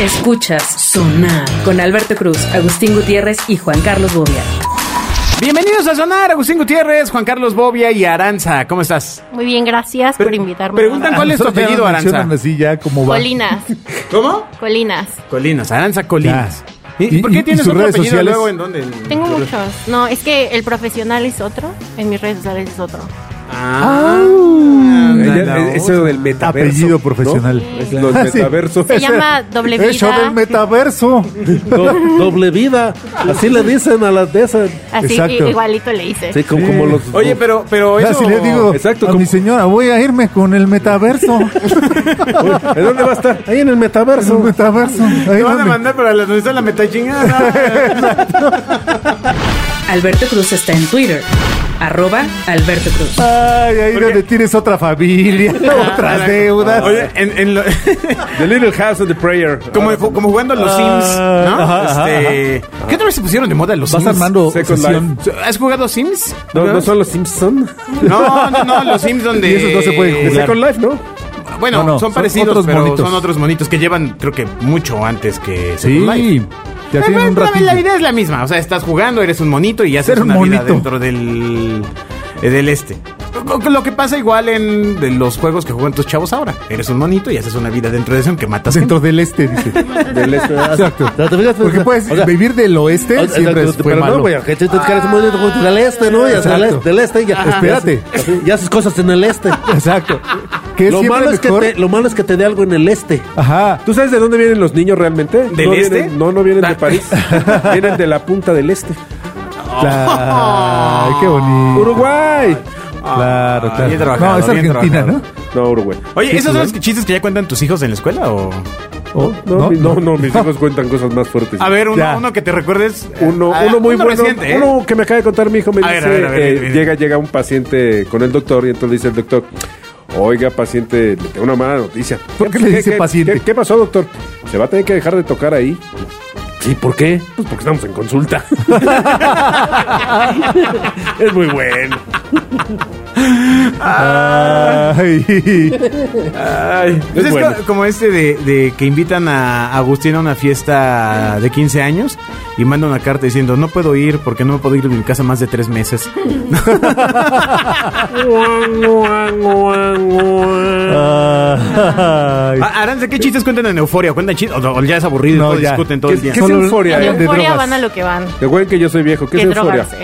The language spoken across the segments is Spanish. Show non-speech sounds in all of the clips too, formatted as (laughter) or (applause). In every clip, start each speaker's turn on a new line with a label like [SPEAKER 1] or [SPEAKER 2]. [SPEAKER 1] Escuchas Sonar con Alberto Cruz, Agustín Gutiérrez y Juan Carlos Bobia.
[SPEAKER 2] Bienvenidos a Sonar, Agustín Gutiérrez, Juan Carlos Bobia y Aranza. ¿Cómo estás?
[SPEAKER 3] Muy bien, gracias por invitarme.
[SPEAKER 2] Preguntan cuál es tu
[SPEAKER 4] Nosotros Ah, ya
[SPEAKER 2] apellido,
[SPEAKER 4] nos
[SPEAKER 2] Aranza.
[SPEAKER 4] mencionan así ya como va.
[SPEAKER 3] Colinas,
[SPEAKER 2] ¿Cómo?
[SPEAKER 3] Colinas.
[SPEAKER 2] Colinas, Aranza Colinas. ¿Y,
[SPEAKER 4] ¿Y-
[SPEAKER 2] por
[SPEAKER 4] y-
[SPEAKER 2] qué
[SPEAKER 4] y
[SPEAKER 2] tienes
[SPEAKER 4] sus
[SPEAKER 2] otro
[SPEAKER 4] redes
[SPEAKER 2] apellido
[SPEAKER 4] sociales?
[SPEAKER 2] luego en dónde? En-
[SPEAKER 3] Tengo muchos. No, es que el profesional es otro, en mis redes sociales es otro.
[SPEAKER 2] Ah,
[SPEAKER 5] Ya,
[SPEAKER 2] la
[SPEAKER 5] eh,
[SPEAKER 2] otra.
[SPEAKER 5] eso del metaverso.
[SPEAKER 4] Apellido
[SPEAKER 5] ¿no?
[SPEAKER 4] profesional.
[SPEAKER 5] Es los metaversos.
[SPEAKER 3] Se llama Doble
[SPEAKER 4] Eso
[SPEAKER 3] Vida.
[SPEAKER 4] del Eh, metaverso.
[SPEAKER 6] Do- doble vida. Así le dicen a las de esas.
[SPEAKER 3] Así
[SPEAKER 4] Exacto.
[SPEAKER 3] i- igualito le hice.
[SPEAKER 6] Sí, como,
[SPEAKER 4] Sí.
[SPEAKER 6] como los.
[SPEAKER 2] Oye, pero, pero eso...
[SPEAKER 4] Ya si le digo
[SPEAKER 5] Exacto,
[SPEAKER 4] a
[SPEAKER 5] como-
[SPEAKER 4] mi señora, voy a irme con el metaverso.
[SPEAKER 5] ¿En dónde va a estar? Ahí en el
[SPEAKER 4] Es un
[SPEAKER 5] metaverso.
[SPEAKER 4] metaverso. Ahí
[SPEAKER 2] Te van a
[SPEAKER 4] donde-
[SPEAKER 2] mandar para la, donde está la metachingada.
[SPEAKER 1] Alberto Cruz está en Twitter. Arroba Alberto Cruz.
[SPEAKER 4] Ay, ahí
[SPEAKER 2] ¿Por qué?
[SPEAKER 4] donde tienes otra familia, (laughs) (laughs) otras deudas.
[SPEAKER 2] Oye, en, en lo- (laughs)
[SPEAKER 5] The Little House of the Prayer.
[SPEAKER 2] como, como jugando a los Sims, ¿no?
[SPEAKER 4] Ah, ajá,
[SPEAKER 2] este, ¿Qué otra vez se pusieron de moda los
[SPEAKER 4] Vas
[SPEAKER 2] Sims?
[SPEAKER 4] armando
[SPEAKER 5] Second
[SPEAKER 4] sesión.
[SPEAKER 2] ¿Has jugado Sims?
[SPEAKER 5] No, no son los Simpson.
[SPEAKER 2] No, no, no, los Sims donde...
[SPEAKER 4] (laughs) Y esos no se pueden
[SPEAKER 2] Eh,
[SPEAKER 5] De
[SPEAKER 4] jugar.
[SPEAKER 5] Second Life, ¿no?
[SPEAKER 2] Ah, Bueno,
[SPEAKER 4] pues, No, no,
[SPEAKER 2] son
[SPEAKER 4] son
[SPEAKER 2] parecidos,
[SPEAKER 4] otros
[SPEAKER 2] pero
[SPEAKER 4] monitos.
[SPEAKER 2] son otros monitos que llevan, creo que mucho antes que Second Life.
[SPEAKER 4] Sí, ya
[SPEAKER 2] Pero,
[SPEAKER 4] tienen un
[SPEAKER 2] pero la
[SPEAKER 4] ratito.
[SPEAKER 2] idea es la misma, o sea, estás jugando, eres un monito y haces
[SPEAKER 4] Ser un
[SPEAKER 2] una vida
[SPEAKER 4] monito.
[SPEAKER 2] dentro del, eh, del este. Lo- Lo que pasa igual en de los juegos que juegan tus chavos ahora. Eres un monito y haces una vida dentro de eso en que matas
[SPEAKER 4] Centro del este, dice.
[SPEAKER 5] Del este.
[SPEAKER 4] Exacto.
[SPEAKER 6] ah, ¿Te fijas?
[SPEAKER 4] Porque puedes
[SPEAKER 6] O sea,
[SPEAKER 4] vivir del
[SPEAKER 6] o-
[SPEAKER 4] oeste
[SPEAKER 6] o sea,
[SPEAKER 4] siempre
[SPEAKER 6] pero-
[SPEAKER 4] fue
[SPEAKER 6] pero
[SPEAKER 4] malo.
[SPEAKER 6] no, güey, que tú que eres
[SPEAKER 5] Ah.
[SPEAKER 6] muy de- del este, ¿no? Y hacia el
[SPEAKER 4] Exacto.
[SPEAKER 6] este, del este, ya.
[SPEAKER 4] Espérate.
[SPEAKER 6] Ya haces- Ya haces cosas en el este.
[SPEAKER 4] Exacto. Que es
[SPEAKER 6] Lo
[SPEAKER 4] siempre
[SPEAKER 6] malo, es que
[SPEAKER 4] mejor-
[SPEAKER 6] te, lo malo es que te dé algo en el este.
[SPEAKER 4] Ajá.
[SPEAKER 5] ¿Tú sabes de dónde vienen los niños realmente?
[SPEAKER 2] ¿Del
[SPEAKER 5] no
[SPEAKER 2] este?
[SPEAKER 5] Vienen, no, no vienen de
[SPEAKER 2] Ah. (laughs)
[SPEAKER 5] París. vienen de la punta del este.
[SPEAKER 4] Ay, qué bonito.
[SPEAKER 5] Uruguay.
[SPEAKER 4] Claro,
[SPEAKER 2] Ah, bien
[SPEAKER 4] claro. No,
[SPEAKER 2] trabajado,
[SPEAKER 4] es
[SPEAKER 2] bien
[SPEAKER 4] Argentina, ¿no?
[SPEAKER 2] trabajado.
[SPEAKER 5] No, Uruguay.
[SPEAKER 2] Oye,
[SPEAKER 5] Sí,
[SPEAKER 2] ¿esos son
[SPEAKER 5] Uruguay.
[SPEAKER 2] los chistes que ya cuentan tus hijos en la escuela o...?
[SPEAKER 4] ¿O?
[SPEAKER 5] No, mi- no, no, mis hijos cuentan cosas más fuertes.
[SPEAKER 2] A ver, uno,
[SPEAKER 4] Ya.
[SPEAKER 2] uno que te recuerdes. eh,
[SPEAKER 5] Uno,
[SPEAKER 2] ah,
[SPEAKER 5] uno muy bueno.
[SPEAKER 2] reciente, ¿eh?
[SPEAKER 5] Uno que me acaba de contar mi hijo me
[SPEAKER 2] A ver,
[SPEAKER 5] dice,
[SPEAKER 2] a ver, a ver,
[SPEAKER 5] eh,
[SPEAKER 2] a ver.
[SPEAKER 5] llega, llega un paciente con el doctor y entonces le dice el doctor, oiga paciente, le tengo una mala noticia.
[SPEAKER 4] ¿Por qué le dice paciente?
[SPEAKER 5] ¿qué, qué pasó doctor? Se va a tener que dejar de tocar ahí. Sí, ¿por qué? Pues porque estamos en consulta. es muy bueno.
[SPEAKER 4] Ay.
[SPEAKER 2] Pues
[SPEAKER 5] Es
[SPEAKER 2] es
[SPEAKER 5] bueno.
[SPEAKER 2] co- como este de, de que invitan a Agustín a una fiesta de 15 años y manda una carta diciendo no puedo ir porque no puedo ir de mi casa más de tres meses.
[SPEAKER 4] Ay.
[SPEAKER 5] Ah,
[SPEAKER 2] A- Aranza, ¿qué chistes cuentan en Euforia? ¿Cuentan chistes? O, o ya es aburrido,
[SPEAKER 4] No,
[SPEAKER 2] todo
[SPEAKER 4] ya.
[SPEAKER 2] discuten todo
[SPEAKER 5] ¿Qué-
[SPEAKER 2] el día.
[SPEAKER 5] qué es
[SPEAKER 4] Solo-
[SPEAKER 5] euforia?
[SPEAKER 3] En
[SPEAKER 4] de
[SPEAKER 5] eh?
[SPEAKER 3] euforia
[SPEAKER 4] drogas.
[SPEAKER 3] van a lo que van.
[SPEAKER 5] Recuerden que yo soy viejo. ¿Qué
[SPEAKER 3] Que
[SPEAKER 5] es euforia?
[SPEAKER 3] drogarse.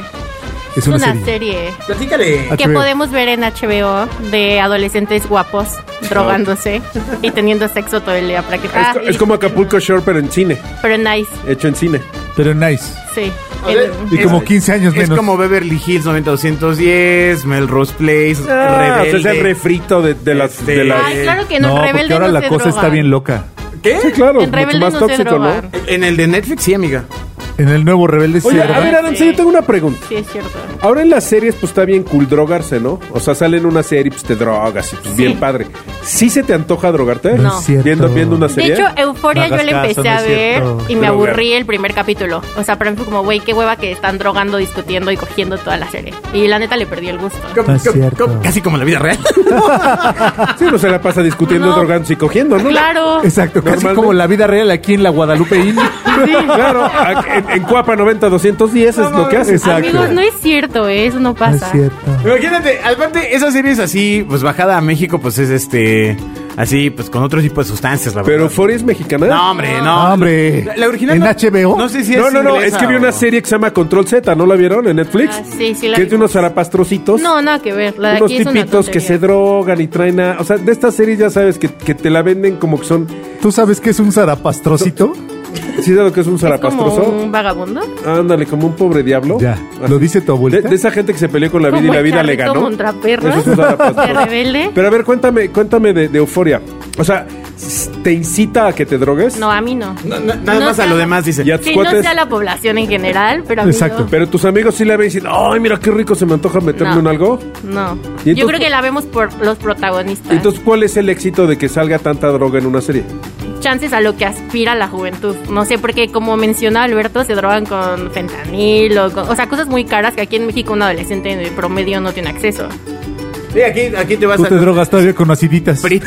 [SPEAKER 3] Es
[SPEAKER 4] Es
[SPEAKER 3] una,
[SPEAKER 4] una serie.
[SPEAKER 3] serie
[SPEAKER 2] Platícale.
[SPEAKER 3] que
[SPEAKER 4] HBO.
[SPEAKER 3] podemos ver en HBO de adolescentes guapos drogándose y teniendo sexo todo el día
[SPEAKER 5] Es,
[SPEAKER 3] prácticamente.
[SPEAKER 5] co- es como Acapulco Shore, pero en cine.
[SPEAKER 3] Pero nice,
[SPEAKER 5] Hecho en cine.
[SPEAKER 4] Pero nice.
[SPEAKER 3] sí.
[SPEAKER 2] ver,
[SPEAKER 3] En-
[SPEAKER 4] Y
[SPEAKER 2] Es-
[SPEAKER 4] como 15 años
[SPEAKER 2] Es
[SPEAKER 4] menos.
[SPEAKER 2] como Beverly Hills 90210, Melrose Place,
[SPEAKER 5] Ah, o sea, es
[SPEAKER 2] Rebelde.
[SPEAKER 5] el refrito de, de las...
[SPEAKER 2] Este-
[SPEAKER 5] De las
[SPEAKER 3] Ay, claro que no, en Rebelde
[SPEAKER 4] porque ahora
[SPEAKER 3] no
[SPEAKER 4] la
[SPEAKER 3] se
[SPEAKER 4] cosa está
[SPEAKER 3] drogan.
[SPEAKER 4] bien loca.
[SPEAKER 2] ¿Qué?
[SPEAKER 5] Sí, claro,
[SPEAKER 3] En
[SPEAKER 5] mucho
[SPEAKER 3] Rebelde
[SPEAKER 5] más
[SPEAKER 3] no se
[SPEAKER 5] tóxico, ¿no?
[SPEAKER 3] drogan.
[SPEAKER 2] En el de Netflix, sí, amiga.
[SPEAKER 5] Ah,
[SPEAKER 4] En el nuevo Rebelde sí,
[SPEAKER 5] Oye, a
[SPEAKER 4] ¿verdad?
[SPEAKER 5] ver, Aranza, yo tengo una pregunta.
[SPEAKER 3] Sí, es cierto.
[SPEAKER 5] Ahora en las series, pues está bien cool drogarse, ¿no? O sea, sale en una serie, pues te drogas y pues
[SPEAKER 3] Sí.
[SPEAKER 5] bien padre. ¿Sí se te antoja drogarte?
[SPEAKER 3] No.
[SPEAKER 4] es cierto.
[SPEAKER 5] Viendo, viendo una
[SPEAKER 3] De
[SPEAKER 5] serie.
[SPEAKER 3] hecho, eh, Euforia
[SPEAKER 4] No
[SPEAKER 3] yo la
[SPEAKER 4] hagas
[SPEAKER 3] empecé
[SPEAKER 4] caso, no
[SPEAKER 3] a
[SPEAKER 4] es
[SPEAKER 3] ver
[SPEAKER 4] cierto.
[SPEAKER 3] y me
[SPEAKER 5] Drogar.
[SPEAKER 3] aburrí el primer capítulo. O sea, para mí fue como, güey, qué hueva que están drogando, discutiendo y cogiendo toda la serie. Y la neta le perdí el gusto.
[SPEAKER 4] No es cierto.
[SPEAKER 2] Casi como la vida real.
[SPEAKER 5] Sí, uno se la pasa discutiendo,
[SPEAKER 3] No.
[SPEAKER 5] drogándose y cogiendo, ¿no? (laughs)
[SPEAKER 3] Claro.
[SPEAKER 4] Exacto, casi
[SPEAKER 5] Normalmente-
[SPEAKER 4] como la vida real aquí en la Guadalupe Inn.
[SPEAKER 5] Claro, a- en, en Cuapa 90-210 es lo que haces.
[SPEAKER 4] Exacto.
[SPEAKER 3] Amigos, no es cierto, ¿eh? eso no (laughs)
[SPEAKER 4] No
[SPEAKER 3] pasa.
[SPEAKER 4] es cierto.
[SPEAKER 2] Imagínate, aparte, esas series así, pues bajada a México, pues es este. Así, pues con otro tipo de sustancias, la
[SPEAKER 5] Pero
[SPEAKER 2] verdad.
[SPEAKER 5] Euforia es mexicana.
[SPEAKER 2] No, hombre, no.
[SPEAKER 4] No, hombre.
[SPEAKER 2] La, la original.
[SPEAKER 4] ¿En
[SPEAKER 2] no-
[SPEAKER 4] HBO?
[SPEAKER 2] No sé si es.
[SPEAKER 5] No, no, no, es
[SPEAKER 2] inglesa
[SPEAKER 5] que vi
[SPEAKER 2] o-
[SPEAKER 5] una serie que se llama Control Z, ¿no la vieron en Netflix?
[SPEAKER 3] Ah, sí, sí la
[SPEAKER 5] Que
[SPEAKER 3] vi.
[SPEAKER 5] es de unos zarapastrocitos.
[SPEAKER 3] No, nada que ver. La de
[SPEAKER 5] unos
[SPEAKER 3] aquí es una
[SPEAKER 5] tipitos que se
[SPEAKER 3] tontería.
[SPEAKER 5] drogan y traen a... O sea, de estas series ya sabes que, que te la venden como que son...
[SPEAKER 4] ¿Tú sabes qué es un zarapastrocito?
[SPEAKER 5] ¿Sí sabes lo que es un
[SPEAKER 3] ¿Es como
[SPEAKER 5] zarapastroso?
[SPEAKER 3] un vagabundo?
[SPEAKER 5] Ándale, como un pobre diablo.
[SPEAKER 4] Ya, lo dice tu
[SPEAKER 5] De,
[SPEAKER 4] abuelita.
[SPEAKER 5] de esa gente que se peleó con la vida y
[SPEAKER 3] Como
[SPEAKER 5] la
[SPEAKER 3] el
[SPEAKER 5] vida le
[SPEAKER 3] charrito
[SPEAKER 5] ganó.
[SPEAKER 3] contra perro.
[SPEAKER 5] Eso es un zarapastroso.
[SPEAKER 3] (laughs) De rebelde.
[SPEAKER 5] Pero a ver, cuéntame, cuéntame de, de euforia. O sea, s- ¿te incita a que te drogues?
[SPEAKER 3] No, a mí no.
[SPEAKER 2] No, no, nada
[SPEAKER 3] No
[SPEAKER 2] más a
[SPEAKER 3] sé.
[SPEAKER 2] lo demás, dice.
[SPEAKER 5] Ya-
[SPEAKER 3] Sí,
[SPEAKER 5] cuates.
[SPEAKER 3] no sea la población en general, pero a mí
[SPEAKER 4] Exacto.
[SPEAKER 5] Pero tus amigos sí la ven y dicen, ay, mira qué rico se me antoja meterme
[SPEAKER 3] No.
[SPEAKER 5] en algo.
[SPEAKER 3] no. No.
[SPEAKER 5] ¿Y entonces-
[SPEAKER 3] Yo creo que la vemos por los protagonistas.
[SPEAKER 5] Entonces, ¿cuál es el éxito de que salga tanta droga en una serie?
[SPEAKER 3] chances a lo que aspira la juventud. No sé, porque como mencionaba Alberto, se drogan con fentanil o, con- o sea, cosas muy caras que aquí en México un adolescente de promedio no tiene acceso.
[SPEAKER 2] Sí, aquí, aquí te vas
[SPEAKER 4] Tú
[SPEAKER 2] a.
[SPEAKER 5] (laughs)
[SPEAKER 4] te drogas todavía con aciditas.
[SPEAKER 2] Prit.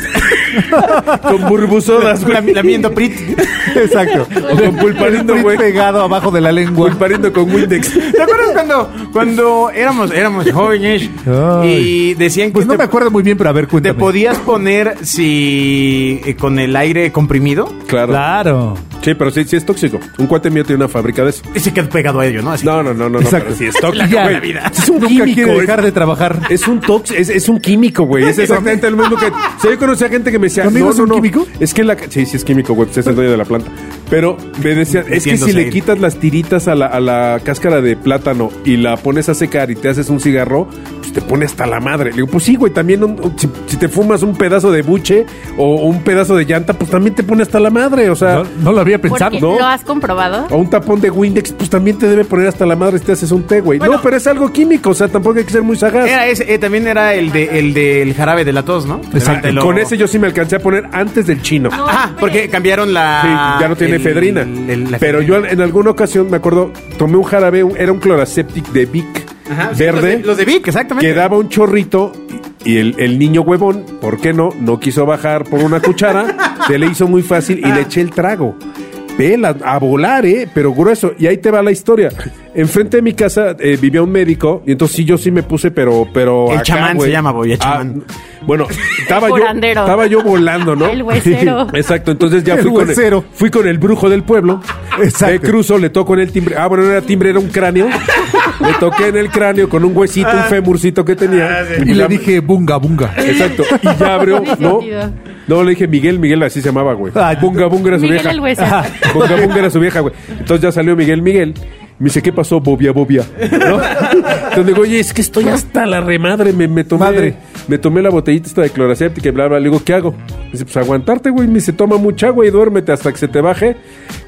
[SPEAKER 5] Con burbusodas, güey.
[SPEAKER 2] Lamiendo Prit.
[SPEAKER 4] Exacto.
[SPEAKER 5] (laughs) O con pulparindo,
[SPEAKER 4] El
[SPEAKER 5] güey.
[SPEAKER 4] prit pegado abajo de la lengua.
[SPEAKER 5] Pulparindo con Windex.
[SPEAKER 2] ¿Te acuerdas cuando, cuando éramos,
[SPEAKER 5] (laughs)
[SPEAKER 2] éramos jóvenes y
[SPEAKER 4] Ay.
[SPEAKER 2] decían que
[SPEAKER 4] Pues no
[SPEAKER 2] te-
[SPEAKER 4] me acuerdo muy bien, pero a ver,
[SPEAKER 2] te
[SPEAKER 4] cuéntame.
[SPEAKER 2] podías poner si eh, con el aire comprimido?
[SPEAKER 5] Claro.
[SPEAKER 4] Claro.
[SPEAKER 5] Sí, pero sí, sí es tóxico. Un cuate mío tiene una fábrica de eso.
[SPEAKER 2] Y se quedó pegado a ello, ¿no? Así.
[SPEAKER 5] No, no, no, no, no.
[SPEAKER 4] Exacto.
[SPEAKER 5] Pero sí es tóxico,
[SPEAKER 4] Ya.
[SPEAKER 5] güey. Es un
[SPEAKER 4] Nunca
[SPEAKER 5] químico.
[SPEAKER 4] quiere
[SPEAKER 5] es-
[SPEAKER 4] dejar de trabajar.
[SPEAKER 5] Es un tox, es, es un químico, güey. Es exactamente lo (laughs) mismo que. O sea, yo conocía gente que me decía.
[SPEAKER 4] ¿Tu amigo
[SPEAKER 5] no,
[SPEAKER 4] es
[SPEAKER 5] no,
[SPEAKER 4] un
[SPEAKER 5] no.
[SPEAKER 4] químico?
[SPEAKER 5] Es que en la. Sí, sí, es químico, güey. Pues es el dueño de la planta. Pero me decía, es que si
[SPEAKER 2] Metiéndose
[SPEAKER 5] le
[SPEAKER 2] ahí.
[SPEAKER 5] quitas las tiritas a la, a la cáscara de plátano y la pones a secar y te haces un cigarro, pues te pone hasta la madre. Le digo, pues sí, güey. También un- un- si, si te fumas un pedazo de buche o un pedazo de llanta, pues también te pone hasta la madre. O sea.
[SPEAKER 4] No, no lo había pensado.
[SPEAKER 3] Porque,
[SPEAKER 5] ¿no?
[SPEAKER 3] ¿Lo has comprobado?
[SPEAKER 5] O un tapón de Windex, pues también te debe poner hasta la madre si te haces un té, güey. no, pero es algo químico, o sea, tampoco hay que ser muy sagaz.
[SPEAKER 2] Era ese, eh, también era el de el del jarabe de la tos, ¿no?
[SPEAKER 4] Exacto.
[SPEAKER 2] Te lo-
[SPEAKER 5] Con ese yo sí me alcancé a poner antes del chino.
[SPEAKER 2] Ah, porque cambiaron la.
[SPEAKER 5] Sí, ya no tiene
[SPEAKER 2] el-
[SPEAKER 5] efedrina.
[SPEAKER 2] el- la
[SPEAKER 5] Pero yo
[SPEAKER 2] efedrina.
[SPEAKER 5] en alguna ocasión, me acuerdo, tomé un jarabe, un- era un cloraseptic de Vic
[SPEAKER 2] Ajá, sí,
[SPEAKER 5] verde,
[SPEAKER 2] los de, los de Vic, exactamente.
[SPEAKER 5] que daba un chorrito y el, el niño huevón, ¿por qué no? No quiso bajar por una cuchara, se le hizo muy fácil y le eché el trago. Vela, a volar, ¿eh? Pero grueso. Y ahí te va la historia. Enfrente de mi casa eh, vivía un médico y entonces sí, yo sí me puse, pero... pero
[SPEAKER 2] El chamán
[SPEAKER 5] güey.
[SPEAKER 2] se llama, voy, el
[SPEAKER 5] Ah,
[SPEAKER 2] chamán.
[SPEAKER 5] bueno, estaba yo,
[SPEAKER 3] Curandero.
[SPEAKER 5] estaba yo volando,
[SPEAKER 3] (laughs)
[SPEAKER 5] ¿no?
[SPEAKER 3] El huesero.
[SPEAKER 5] (laughs) Exacto, entonces ya
[SPEAKER 4] El
[SPEAKER 5] fui con, el,
[SPEAKER 4] huesero.
[SPEAKER 5] fui con el brujo del pueblo.
[SPEAKER 4] Exacto.
[SPEAKER 5] Me cruzo, le toco en el timbre. Ah, bueno, no era timbre, era un cráneo. Le toqué en el cráneo con un huesito, un femurcito que tenía.
[SPEAKER 4] Y le
[SPEAKER 5] ya-
[SPEAKER 4] dije bunga, bunga.
[SPEAKER 5] Exacto. Y
[SPEAKER 3] (laughs)
[SPEAKER 5] ya abrió,
[SPEAKER 3] Tiene
[SPEAKER 5] ¿no?
[SPEAKER 3] sentido.
[SPEAKER 5] No, le dije Miguel, Miguel, así se llamaba, güey.
[SPEAKER 4] Ay,
[SPEAKER 5] Bunga Bunga era su
[SPEAKER 3] Miguel
[SPEAKER 5] vieja.
[SPEAKER 3] el huesero.
[SPEAKER 5] Ajá. Bunga Bunga era su vieja, güey. Entonces ya salió Miguel, Miguel. Me dice, ¿qué pasó, Bobia, Bobia? ¿No? Entonces digo, oye, es que estoy hasta la remadre, me, me tomé.
[SPEAKER 4] Madre.
[SPEAKER 5] Me tomé la botellita esta de cloracéptica y bla, bla. Le digo, ¿qué hago? Me dice, pues aguantarte, güey. Me dice, toma mucha agua y duérmete hasta que se te baje.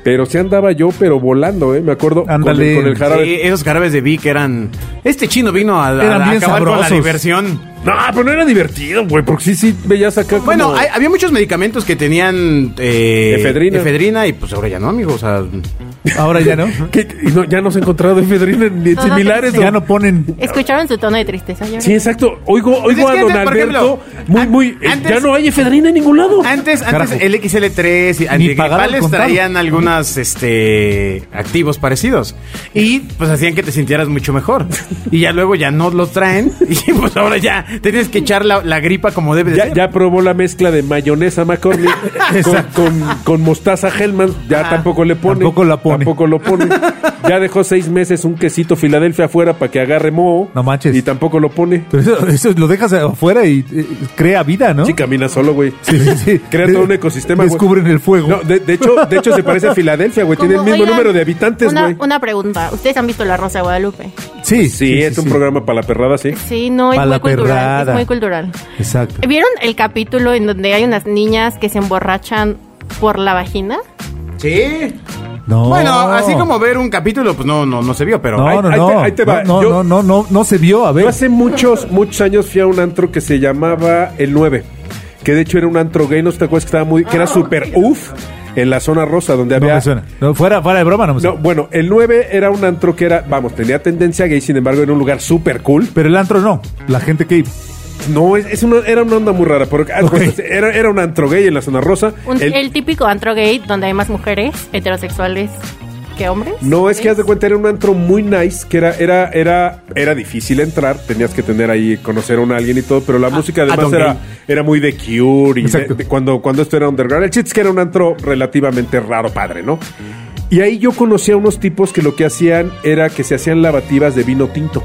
[SPEAKER 5] Pero sí andaba yo, pero volando, ¿eh? Me acuerdo. con el-
[SPEAKER 4] Ándale.
[SPEAKER 5] Con, el jarabe.
[SPEAKER 2] Sí, esos jarabes de Vic eran. Este chino vino a, a-
[SPEAKER 4] Eran
[SPEAKER 2] a
[SPEAKER 4] bien
[SPEAKER 2] acabar con la
[SPEAKER 4] sabrosos.
[SPEAKER 2] diversión.
[SPEAKER 5] No, pero no era divertido, güey. Porque sí, sí, veías acá
[SPEAKER 2] Bueno,
[SPEAKER 5] como-
[SPEAKER 2] hay- había muchos medicamentos que tenían eh,
[SPEAKER 5] Efedrina.
[SPEAKER 2] y pues ahora ya no, amigo. O sea,
[SPEAKER 4] Ahora ya no.
[SPEAKER 5] ¿Qué? Y no, ya no se ha encontrado efedrina ni en
[SPEAKER 3] No, no
[SPEAKER 5] similares.
[SPEAKER 3] sé.
[SPEAKER 5] ¿no?
[SPEAKER 4] Ya no ponen.
[SPEAKER 3] Escucharon su tono de tristeza. Yo
[SPEAKER 5] Sí, exacto. Oigo, oigo
[SPEAKER 2] es que
[SPEAKER 5] a don
[SPEAKER 2] antes, por
[SPEAKER 5] Alberto
[SPEAKER 2] ejemplo,
[SPEAKER 5] muy,
[SPEAKER 2] an-
[SPEAKER 5] muy. eh,
[SPEAKER 2] antes-
[SPEAKER 5] ya no hay efedrina en ningún lado.
[SPEAKER 2] antes, antes
[SPEAKER 4] Carajo.
[SPEAKER 2] el XL3 y
[SPEAKER 4] pagaban
[SPEAKER 2] antigripales
[SPEAKER 4] contado.
[SPEAKER 2] traían algunas este activos parecidos y pues hacían que te sintieras mucho (laughs) mejor. Y ya luego ya no los traen (laughs) y pues ahora ya tienes que echar la, la gripa como debe de
[SPEAKER 5] Ya,
[SPEAKER 2] ser.
[SPEAKER 5] ya probó la mezcla de mayonesa McCormick
[SPEAKER 2] (laughs)
[SPEAKER 5] con, con- con mostaza Hellman. Ya tampoco le pone.
[SPEAKER 4] Tampoco la pone.
[SPEAKER 5] Tampoco lo pone. ya dejó seis meses un quesito Filadelfia afuera para que agarre moho.
[SPEAKER 4] No manches.
[SPEAKER 5] Y tampoco lo pone.
[SPEAKER 4] Pero eso, eso lo dejas afuera y eh, crea vida, ¿no?
[SPEAKER 5] Sí, camina solo, güey.
[SPEAKER 4] Sí, sí, sí.
[SPEAKER 5] Crea todo un ecosistema, güey.
[SPEAKER 4] Descubren el fuego.
[SPEAKER 5] No, de, de hecho, de hecho se parece a Filadelfia, güey. Tiene el
[SPEAKER 3] Como,
[SPEAKER 5] mismo
[SPEAKER 3] oigan,
[SPEAKER 5] número de habitantes,
[SPEAKER 3] una,
[SPEAKER 5] güey.
[SPEAKER 3] una pregunta. ¿Ustedes han visto La Rosa de Guadalupe?
[SPEAKER 4] sí,
[SPEAKER 5] Sí, es un programa para la perrada, sí.
[SPEAKER 3] Sí, no, es
[SPEAKER 4] Pa'
[SPEAKER 3] muy
[SPEAKER 4] la
[SPEAKER 3] cultural.
[SPEAKER 4] perrada.
[SPEAKER 3] Es muy cultural.
[SPEAKER 4] Exacto.
[SPEAKER 5] Eh,
[SPEAKER 3] ¿Vieron el capítulo en donde hay unas niñas que se emborrachan por la vagina?
[SPEAKER 2] Sí.
[SPEAKER 4] No.
[SPEAKER 2] Bueno, así como ver un capítulo, pues no, Oh. no, no se vio, pero.
[SPEAKER 4] No,
[SPEAKER 5] Ahí-
[SPEAKER 4] no,
[SPEAKER 5] ahí te-
[SPEAKER 4] no.
[SPEAKER 5] ahí te va.
[SPEAKER 4] No, no,
[SPEAKER 5] Yo-
[SPEAKER 4] no, no, no, no se vio. A ver.
[SPEAKER 5] Yo hace muchos, muchos años fui a un antro que se llamaba El 9, que de hecho era un antro gay, no te acuerdas que estaba muy, que era súper uff en la zona rosa, donde
[SPEAKER 4] no
[SPEAKER 5] había.
[SPEAKER 4] me suena. No, fuera, fuera de broma, no me
[SPEAKER 5] No,
[SPEAKER 4] suena.
[SPEAKER 5] bueno, el 9 era un antro que era, vamos, tenía tendencia gay, sin embargo, era un lugar súper cool.
[SPEAKER 4] Pero el antro no. La gente que.
[SPEAKER 5] No, es, es una- era una onda muy rara, porque haz de
[SPEAKER 4] Ok.
[SPEAKER 5] cuenta, (laughs) era, era un antro gay en la zona rosa.
[SPEAKER 3] Un- el,
[SPEAKER 5] El-
[SPEAKER 3] típico antro gay donde hay más mujeres heterosexuales que hombres.
[SPEAKER 5] No, es que haz de cuenta, era un antro muy nice, que era, era, era, era difícil entrar, tenías que tener ahí, conocer a un alguien y todo, pero la música además
[SPEAKER 2] don
[SPEAKER 5] era,
[SPEAKER 2] gay.
[SPEAKER 5] era muy de cure y de-
[SPEAKER 4] Exacto.
[SPEAKER 5] de cuando, cuando esto era underground. El chiste es que era un antro relativamente raro, padre, ¿no? Y ahí yo conocí a unos tipos que lo que hacían era que se hacían lavativas de
[SPEAKER 2] (laughs)
[SPEAKER 5] vino tinto.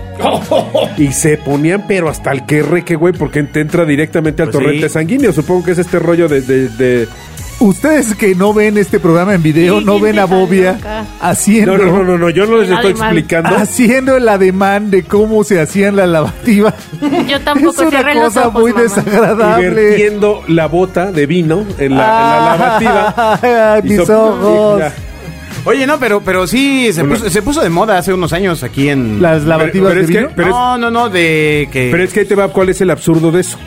[SPEAKER 5] Y se ponían, pero hasta el que reque, güey, porque te entra directamente al
[SPEAKER 2] Pues sí.
[SPEAKER 5] torrente sanguíneo. Supongo que es este rollo de- de- de
[SPEAKER 4] Ustedes que no ven este programa en video,
[SPEAKER 3] Sí,
[SPEAKER 4] no
[SPEAKER 3] gente
[SPEAKER 4] ven a
[SPEAKER 3] tan
[SPEAKER 4] Bobia
[SPEAKER 3] loca.
[SPEAKER 4] haciendo.
[SPEAKER 5] No, no, no, no, no, yo no les
[SPEAKER 3] El
[SPEAKER 5] estoy
[SPEAKER 3] alemán.
[SPEAKER 5] explicando.
[SPEAKER 4] Ah, Haciendo el ademán de cómo se hacían las lavativas.
[SPEAKER 3] Yo (laughs) tampoco
[SPEAKER 4] Es una
[SPEAKER 3] cierren los
[SPEAKER 4] cosa
[SPEAKER 3] ojos,
[SPEAKER 4] muy
[SPEAKER 3] pues, mamá.
[SPEAKER 4] desagradable.
[SPEAKER 5] vertiendo la bota de vino en la, en la lavativa.
[SPEAKER 4] Ah, (laughs) Ay,
[SPEAKER 5] Y
[SPEAKER 4] mis
[SPEAKER 5] sop-
[SPEAKER 4] ojos.
[SPEAKER 5] y ya.
[SPEAKER 2] Oye, no, pero, pero sí se
[SPEAKER 5] Bueno.
[SPEAKER 2] puso, se puso de moda hace unos años aquí en.
[SPEAKER 4] Las lavativas
[SPEAKER 5] pero
[SPEAKER 4] de
[SPEAKER 5] es que-
[SPEAKER 4] vino.
[SPEAKER 5] pero es-
[SPEAKER 2] no, no, no, de que.
[SPEAKER 5] Pero es que ahí te va cuál es el absurdo de eso.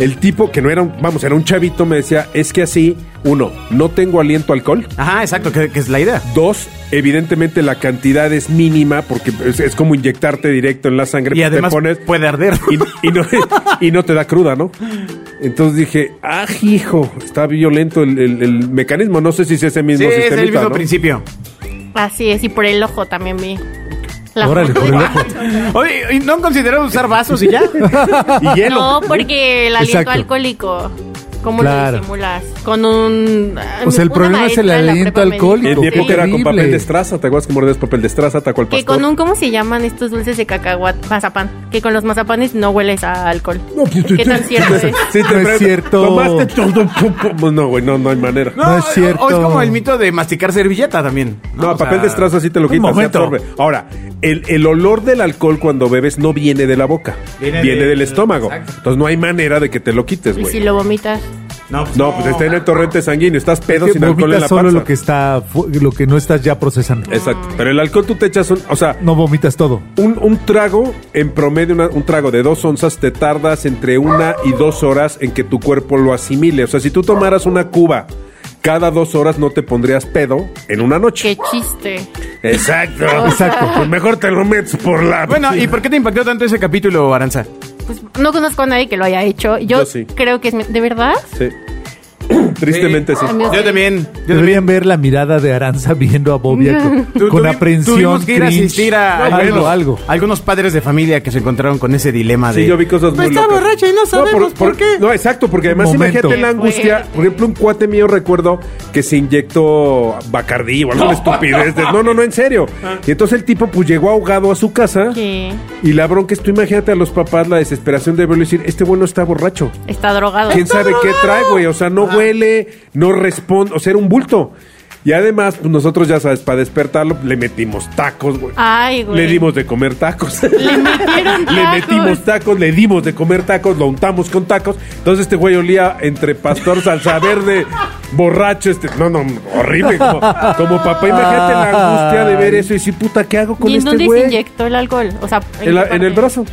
[SPEAKER 5] El tipo que no era un, vamos, era un chavito, me decía, es que así, uno, no tengo aliento a alcohol.
[SPEAKER 2] Ajá, exacto, que, que es la idea.
[SPEAKER 5] Dos, evidentemente la cantidad es mínima porque es, es como inyectarte directo en la sangre.
[SPEAKER 2] Y
[SPEAKER 5] te
[SPEAKER 2] además
[SPEAKER 5] pones-
[SPEAKER 4] pues
[SPEAKER 2] puede
[SPEAKER 5] (laughs)
[SPEAKER 2] arder.
[SPEAKER 5] y, y no, y no te da cruda, ¿no? Entonces dije, ah, hijo, está violento el, el- el mecanismo. No sé si es ese
[SPEAKER 2] Sí,
[SPEAKER 5] mismo
[SPEAKER 2] es el
[SPEAKER 5] sistemita,
[SPEAKER 2] mismo
[SPEAKER 5] ¿no?
[SPEAKER 2] principio.
[SPEAKER 3] Así es, y por el ojo también vi. La
[SPEAKER 6] Órale,
[SPEAKER 3] foto.
[SPEAKER 6] por el
[SPEAKER 3] (laughs)
[SPEAKER 6] ojo.
[SPEAKER 2] Oye, ¿y no han considerado usar vasos y ya?
[SPEAKER 5] Y
[SPEAKER 3] No,
[SPEAKER 5] hielo.
[SPEAKER 3] porque el aliento
[SPEAKER 4] Exacto.
[SPEAKER 3] alcohólico. ¿Cómo
[SPEAKER 6] Claro.
[SPEAKER 3] lo disimulas? Con un. ah,
[SPEAKER 4] O sea, Pues el
[SPEAKER 3] una
[SPEAKER 4] problema es el
[SPEAKER 3] maestra en la
[SPEAKER 4] aliento
[SPEAKER 3] prepa me dijo
[SPEAKER 4] alcohólico.
[SPEAKER 5] En mi
[SPEAKER 3] que-
[SPEAKER 5] época era con
[SPEAKER 4] Terrible.
[SPEAKER 5] papel de estraza, ¿te acuerdas que mordías papel de estraza, tal cual
[SPEAKER 3] Que
[SPEAKER 5] pastor?
[SPEAKER 3] con un, ¿cómo se llaman estos dulces de cacahuate? Mazapán. Que con los mazapanes no hueles a alcohol. ¿Qué tan cierto es?
[SPEAKER 5] pues, Sí,
[SPEAKER 4] No es
[SPEAKER 5] prendo-
[SPEAKER 4] cierto.
[SPEAKER 5] Tomaste todo, pum, pum, pum. No, güey, no, no hay manera. (laughs) No,
[SPEAKER 4] No es cierto.
[SPEAKER 2] O es como el mito de masticar servilleta también. O
[SPEAKER 5] papel
[SPEAKER 2] sea,
[SPEAKER 5] de estraza sí te lo
[SPEAKER 4] un
[SPEAKER 5] quitas, se
[SPEAKER 4] momento.
[SPEAKER 5] absorbe. Ahora, el, el olor del alcohol cuando bebes no viene de la boca,
[SPEAKER 2] Viene
[SPEAKER 5] viene,
[SPEAKER 2] del-
[SPEAKER 5] del estómago.
[SPEAKER 2] exacto.
[SPEAKER 5] Entonces no hay manera de que te lo quites,
[SPEAKER 3] Y
[SPEAKER 5] güey.
[SPEAKER 3] si lo vomitas.
[SPEAKER 2] No, pues,
[SPEAKER 5] No, pues está en el torrente sanguíneo, estás pedo
[SPEAKER 4] Que
[SPEAKER 5] sin alcohol en
[SPEAKER 4] vomitas
[SPEAKER 5] la
[SPEAKER 4] solo
[SPEAKER 5] panza.
[SPEAKER 4] lo que está, fu- lo que no estás ya procesando.
[SPEAKER 5] Exacto. Pero el alcohol tú te echas un, o sea,
[SPEAKER 4] No vomitas todo.
[SPEAKER 5] un, un trago, en promedio, una- un trago de dos onzas, te tardas entre una y dos horas en que tu cuerpo lo asimile. O sea, si tú tomaras una cuba cada dos horas, no te pondrías pedo en una noche.
[SPEAKER 3] Qué chiste.
[SPEAKER 5] Exacto.
[SPEAKER 4] Exacto.
[SPEAKER 2] (laughs)
[SPEAKER 5] Pues mejor te lo metes por la.
[SPEAKER 2] Bueno, ¿y por qué te impactó tanto ese capítulo, Aranza?
[SPEAKER 3] Pues no conozco a nadie que lo haya hecho. Yo
[SPEAKER 5] Yo sí.
[SPEAKER 3] creo que es. mi- ¿De verdad?
[SPEAKER 5] Sí. (clears throat) Tristemente sí.
[SPEAKER 3] Amigos,
[SPEAKER 2] Yo también. Yo también.
[SPEAKER 4] Deberían ver la mirada de Aranza viendo
[SPEAKER 2] (laughs)
[SPEAKER 4] a Bobia con,
[SPEAKER 2] Tu-
[SPEAKER 4] con
[SPEAKER 2] tuvi-
[SPEAKER 4] aprensión.
[SPEAKER 2] Tuvimos que ir a
[SPEAKER 4] cringe.
[SPEAKER 2] asistir a
[SPEAKER 4] algo,
[SPEAKER 2] algunos,
[SPEAKER 4] algo.
[SPEAKER 2] algunos padres de familia que se encontraron con ese dilema de. Pues
[SPEAKER 5] Sí, yo vi cosas muy
[SPEAKER 2] está
[SPEAKER 5] locas.
[SPEAKER 2] borracha y no sabemos por qué.
[SPEAKER 5] No, exacto, porque además
[SPEAKER 4] Momento.
[SPEAKER 5] imagínate la
[SPEAKER 3] Qué
[SPEAKER 5] angustia.
[SPEAKER 3] fuerte.
[SPEAKER 5] Por ejemplo, un cuate mío recuerdo que se inyectó Bacardí o alguna estupidez. de- no, no, no, en serio.
[SPEAKER 3] Ah.
[SPEAKER 5] Y entonces el tipo pues llegó ahogado a su casa
[SPEAKER 3] Que
[SPEAKER 5] y la bronca es tú imagínate a los papás la desesperación de verlo y decir, este bueno está borracho.
[SPEAKER 3] está drogado. Ah.
[SPEAKER 5] ¿Quién sabe qué trae, güey? O sea, no huele, no responde, o sea, era un bulto. Y además, pues nosotros ya sabes, para despertarlo le metimos tacos, güey.
[SPEAKER 3] Ay, güey.
[SPEAKER 5] Le dimos de
[SPEAKER 3] (laughs)
[SPEAKER 5] comer tacos.
[SPEAKER 3] Le metieron
[SPEAKER 5] Le
[SPEAKER 3] tacos.
[SPEAKER 5] metimos tacos, le dimos de comer tacos, lo untamos con tacos. Entonces este güey olía entre pastor, salsa verde, borracho, este. No, no, horrible. Como, como papá, imagínate la angustia de ver eso y decir, puta, ¿qué hago con
[SPEAKER 3] ¿Y en
[SPEAKER 5] este
[SPEAKER 3] dónde se
[SPEAKER 5] güey?
[SPEAKER 3] inyectó el alcohol? O sea,
[SPEAKER 5] En, la-
[SPEAKER 3] qué
[SPEAKER 5] en el
[SPEAKER 3] parte? Ah,
[SPEAKER 5] brazo.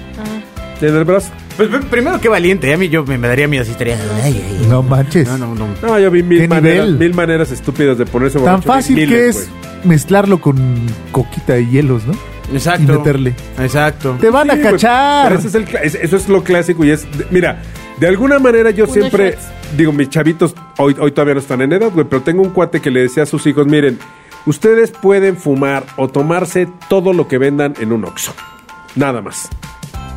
[SPEAKER 5] En el brazo.
[SPEAKER 2] Pues pr- primero, qué valiente. A mí yo me, me daría miedo si estaría. ay, ay.
[SPEAKER 4] No manches.
[SPEAKER 2] No, no, no.
[SPEAKER 5] No, yo vi
[SPEAKER 4] ¿Qué
[SPEAKER 5] mil maneras,
[SPEAKER 4] nivel?
[SPEAKER 5] mil maneras estúpidas de ponerse borracho.
[SPEAKER 4] Tan fácil
[SPEAKER 5] miles, pues.
[SPEAKER 4] que es
[SPEAKER 5] güey.
[SPEAKER 4] mezclarlo con coquita y hielos, ¿no?
[SPEAKER 2] Exacto.
[SPEAKER 4] Y meterle.
[SPEAKER 2] Exacto.
[SPEAKER 4] Te van
[SPEAKER 5] Sí, pues,
[SPEAKER 4] a
[SPEAKER 5] güey,
[SPEAKER 4] cachar.
[SPEAKER 5] pero ese es el cla- es- eso es lo clásico y es. de- mira, de alguna manera yo
[SPEAKER 3] Unos
[SPEAKER 5] siempre.
[SPEAKER 3] shots.
[SPEAKER 5] Digo, mis chavitos hoy, hoy todavía no están en edad, güey, pero tengo un cuate que le decía a sus hijos: miren, ustedes pueden fumar o tomarse todo lo que vendan en un Oxxo. Nada más.